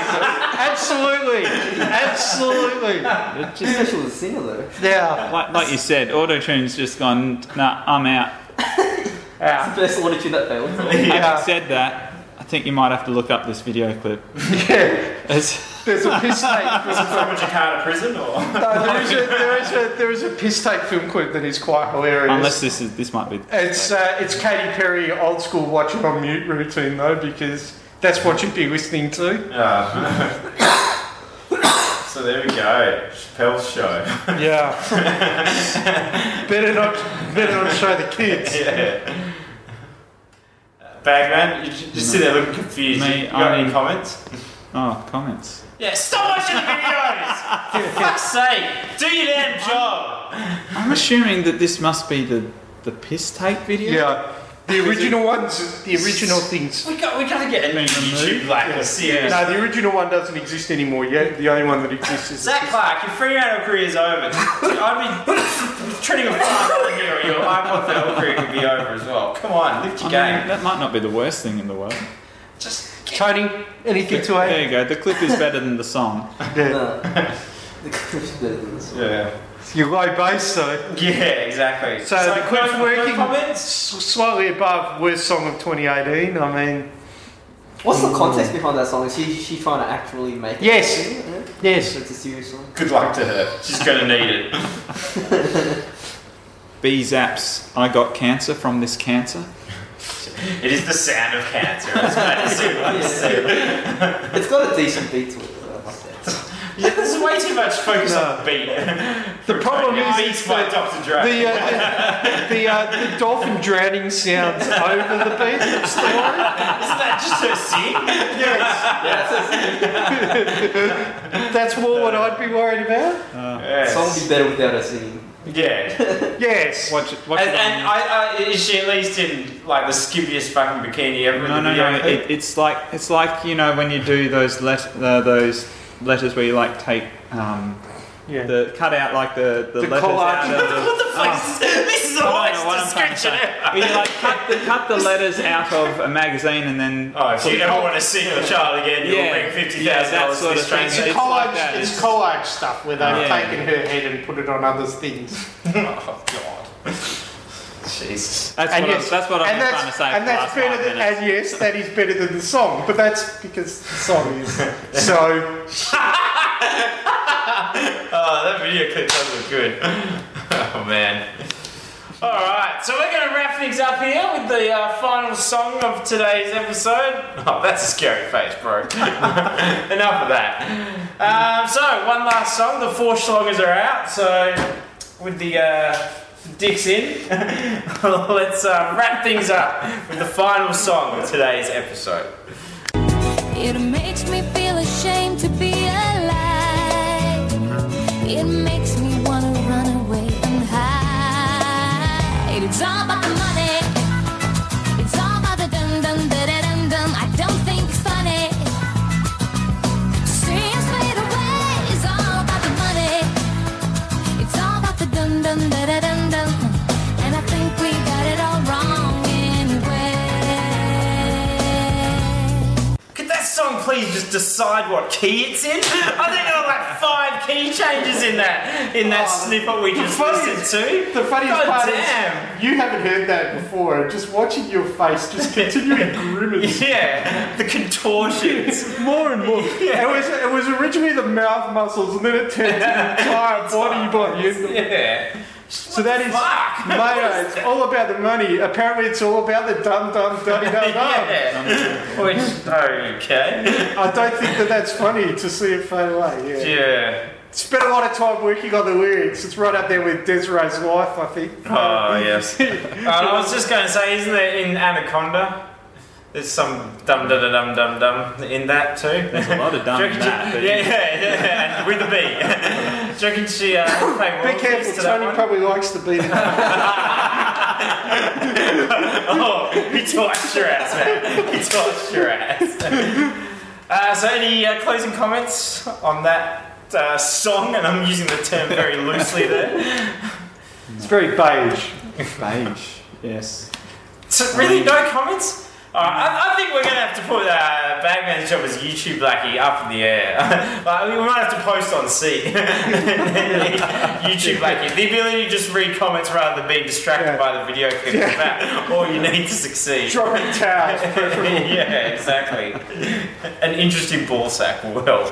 Speaker 4: absolutely. Absolutely.
Speaker 8: It's essential as a singer though.
Speaker 4: Yeah.
Speaker 9: like, like you said, auto tune's just gone. Nah, I'm out.
Speaker 4: Yeah.
Speaker 8: First one to that failed.
Speaker 9: Having
Speaker 4: Yeah.
Speaker 9: said that, I think you might have to look up this video clip.
Speaker 4: yeah.
Speaker 9: It's-
Speaker 4: There's a piss tape.
Speaker 2: Is it from a Jakarta prison or?
Speaker 4: No, there is a there is a there is a piss tape film clip that is quite hilarious.
Speaker 9: unless this is this might be.
Speaker 4: It's uh, it's Katy Perry old school watch it on mute routine though because that's what you'd be listening to.
Speaker 2: so there we go. Chappelle's show.
Speaker 4: Yeah. better not better not show the kids.
Speaker 2: yeah. Bagman, Uh, you ju- just sit there looking confused.
Speaker 9: Me,
Speaker 2: you got any
Speaker 9: I'm-
Speaker 2: comments?
Speaker 9: Oh, comments.
Speaker 2: Yeah, stop watching the videos! For fuck's sake, do your damn job!
Speaker 9: I'm assuming that this must be the the piss tape video.
Speaker 4: Yeah. The original ones the original things.
Speaker 2: We got, we gotta get a new YouTube blacklist here.
Speaker 4: No, the original one doesn't exist anymore yet. The only one that exists is
Speaker 2: Zach Clark, your Fremantle career's over. I'd be treating a farm on here, or your high blood valve career could be over as well. Come on, lift your game.
Speaker 9: that might not be the worst thing in the world.
Speaker 2: Just
Speaker 9: Tony, anything
Speaker 2: to add?
Speaker 9: There you go. The clip is better than the song.
Speaker 7: Yeah. the clip's better than this one.
Speaker 2: Yeah.
Speaker 4: Your low base, though.
Speaker 2: Yeah, exactly.
Speaker 4: So,
Speaker 2: So,
Speaker 4: the Queen's
Speaker 2: no- no
Speaker 4: working
Speaker 2: comments?
Speaker 4: s- slightly above worst song of 2018. I mean,
Speaker 7: What's the context behind that song? Is she, she trying to actually make it?
Speaker 4: Yes. Yes.
Speaker 7: It's a serious song.
Speaker 2: Good luck to her. She's gonna need it.
Speaker 9: B zaps. I got cancer from this cancer.
Speaker 2: It is the sound of cancer. It's fantasy
Speaker 7: it's got a decent beat to it. though, I must say.
Speaker 2: Yeah, there's way too much focus
Speaker 4: No.
Speaker 2: on beat.
Speaker 4: The problem is
Speaker 2: beats by Dr. Dre.
Speaker 4: the, uh, the, the, uh, the dolphin drowning sounds over the beat of story.
Speaker 2: Isn't that just her singing?
Speaker 4: That's more what I'd be worried about.
Speaker 2: Yes.
Speaker 7: Song would be better without her singing.
Speaker 2: Yeah.
Speaker 4: Yes.
Speaker 9: Watch it. Watch
Speaker 2: and
Speaker 9: it on-
Speaker 2: and I, I, she at least in like the skimpiest fucking bikini ever. with
Speaker 9: No,
Speaker 2: the
Speaker 9: no,
Speaker 2: video
Speaker 9: no.
Speaker 2: clip.
Speaker 9: It, it's like it's like you know when you do those let uh, those letters where you like take um,
Speaker 4: Yeah.
Speaker 9: the cut out like the the,
Speaker 4: The
Speaker 9: letters
Speaker 4: collage.
Speaker 9: out of the.
Speaker 2: What the fuck? is this is the
Speaker 9: I don't
Speaker 2: worst
Speaker 9: know what I'm trying to
Speaker 2: description
Speaker 9: say.
Speaker 2: ever.
Speaker 9: But you like cut the, cut the letters out of a magazine and then
Speaker 2: Oh, if you ever want to see your child again, you'll
Speaker 9: Yeah.
Speaker 2: bring fifty
Speaker 9: Yeah,
Speaker 2: thousand
Speaker 9: that
Speaker 2: dollars to
Speaker 9: sort
Speaker 2: the
Speaker 9: of thing.
Speaker 2: strangers.
Speaker 9: It's
Speaker 4: Collage,
Speaker 9: like that.
Speaker 4: it's collage stuff where they've
Speaker 9: Yeah.
Speaker 4: taken her head and put it on other things.
Speaker 2: Oh god. Jesus.
Speaker 9: That's what,
Speaker 4: yes-
Speaker 9: I'm, that's what I've
Speaker 4: and
Speaker 9: been
Speaker 4: that's-
Speaker 9: trying to say. for
Speaker 4: And
Speaker 9: the
Speaker 4: that's
Speaker 9: last five
Speaker 4: better than,
Speaker 9: minutes.
Speaker 4: and yes, that is better than the song, but that's because the song is so.
Speaker 2: Oh, that video clip does look good. oh man. Alright, so we're going to wrap things up here with the uh, final song of today's episode. Oh, that's a scary face, bro. Enough of that. Um, so, one last song. The four schlongers are out, so with the uh, dicks in, let's uh, wrap things up with the final song of today's episode.
Speaker 12: It makes me feel ashamed to be alive. It makes me wanna run away and hide. It's all about the money. It's all about the dum dum da da dum dum. I don't think it's funny. Seems fade away. It's all about the money. It's all about the dum dum da da dum dum. And I think we got it all wrong anyway.
Speaker 2: Could that song please just decide what key it's in? I think there were like five key changes in that in that snippet we just listened
Speaker 4: Oh, funniest-
Speaker 2: to.
Speaker 4: The funniest
Speaker 2: God
Speaker 4: part
Speaker 2: damn.
Speaker 4: is you haven't heard that before, and just watching your face just continuing grimace.
Speaker 2: Yeah, the contortions.
Speaker 4: More and more. It was it was originally the mouth muscles, and then it turned to the entire body by the end. of it.
Speaker 2: Yeah.
Speaker 4: So that is,
Speaker 2: Fuck.
Speaker 4: mate, it's all about the money. Apparently, it's all about the dum dum dum dum dum.
Speaker 2: Yeah. Which okay.
Speaker 4: I don't think that that's funny to see it fade away. Yeah.
Speaker 2: Yeah.
Speaker 4: Spent a lot of time working on the lyrics. It's right up there with Desiree's life, I think.
Speaker 2: Oh yes. And I was just going to say, isn't there in Anaconda? There's some dum da da dum dum dum in that too.
Speaker 9: There's a lot of dumb
Speaker 2: Do you
Speaker 9: in
Speaker 2: reckon
Speaker 9: that. Um,
Speaker 2: she-
Speaker 9: But
Speaker 2: yeah, yeah, yeah, and with a B. Do you reckon she uh, played
Speaker 4: Be
Speaker 2: royalties
Speaker 4: careful,
Speaker 2: to that
Speaker 4: Tony
Speaker 2: one?
Speaker 4: probably likes the beat.
Speaker 2: Oh, he torched your ass, man. He torched your ass. Uh, so, any uh, closing comments on that uh, song? And I'm using the term very loosely there.
Speaker 4: it's very beige.
Speaker 9: Beige. Yes.
Speaker 2: So, really, no comments? Alright, I, I think we're gonna have to put uh, Bagman's job as YouTube Blackie up in the air. like, we might have to post on C. YouTube Blackie. The ability to just read comments rather than being distracted
Speaker 4: Yeah.
Speaker 2: by the video clip is about all you need to succeed.
Speaker 4: Dropping towels.
Speaker 2: yeah, exactly. An interesting ball sack will help.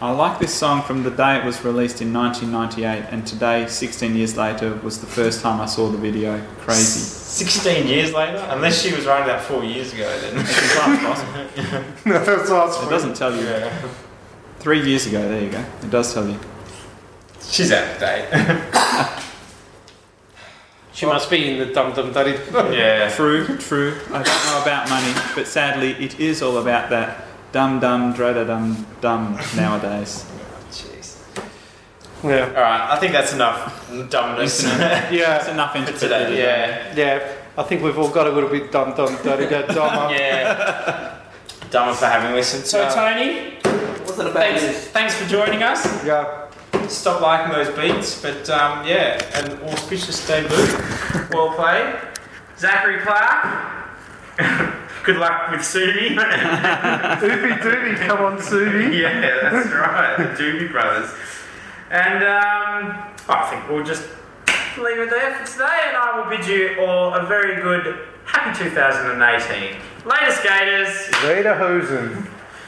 Speaker 9: I like this song from the day it was released in 1998, and today, 16 years later, was the first time I saw the video. Crazy.
Speaker 2: 16 years later? Unless she was writing that four years ago then.
Speaker 9: It's not possible.
Speaker 4: no, that's
Speaker 9: It
Speaker 4: awesome.
Speaker 9: doesn't tell you.
Speaker 2: Yeah.
Speaker 9: Three years ago, there you go. It does tell you.
Speaker 2: She's out of date.
Speaker 1: She must be in the dum dum duddy.
Speaker 2: yeah.
Speaker 9: True, true. I don't know about money, but sadly, it is all about that dum dum, dra da dum dum nowadays.
Speaker 2: Jeez.
Speaker 4: Yeah.
Speaker 2: Alright, I think that's enough dumbness for
Speaker 9: That's
Speaker 4: Yeah.
Speaker 9: enough into
Speaker 2: today. Yeah.
Speaker 4: Yeah. I think we've all got a little bit dum dum dirty da dumber.
Speaker 2: Yeah. Dumber for having listened. So,
Speaker 4: Yeah.
Speaker 2: Tony,
Speaker 7: What's it about?
Speaker 2: thanks, thanks for joining us.
Speaker 4: Yeah.
Speaker 2: Stop liking those beats, but um, yeah, an auspicious debut. well played. Zachary Clark. Good luck with Sudi. Doobie Doobie, come on Sudi. Yeah, that's right, the Doobie Brothers. And um, I think we'll just leave it there for today, and I will bid you all a very good happy 2018. Later, skaters.
Speaker 4: Lederhosen.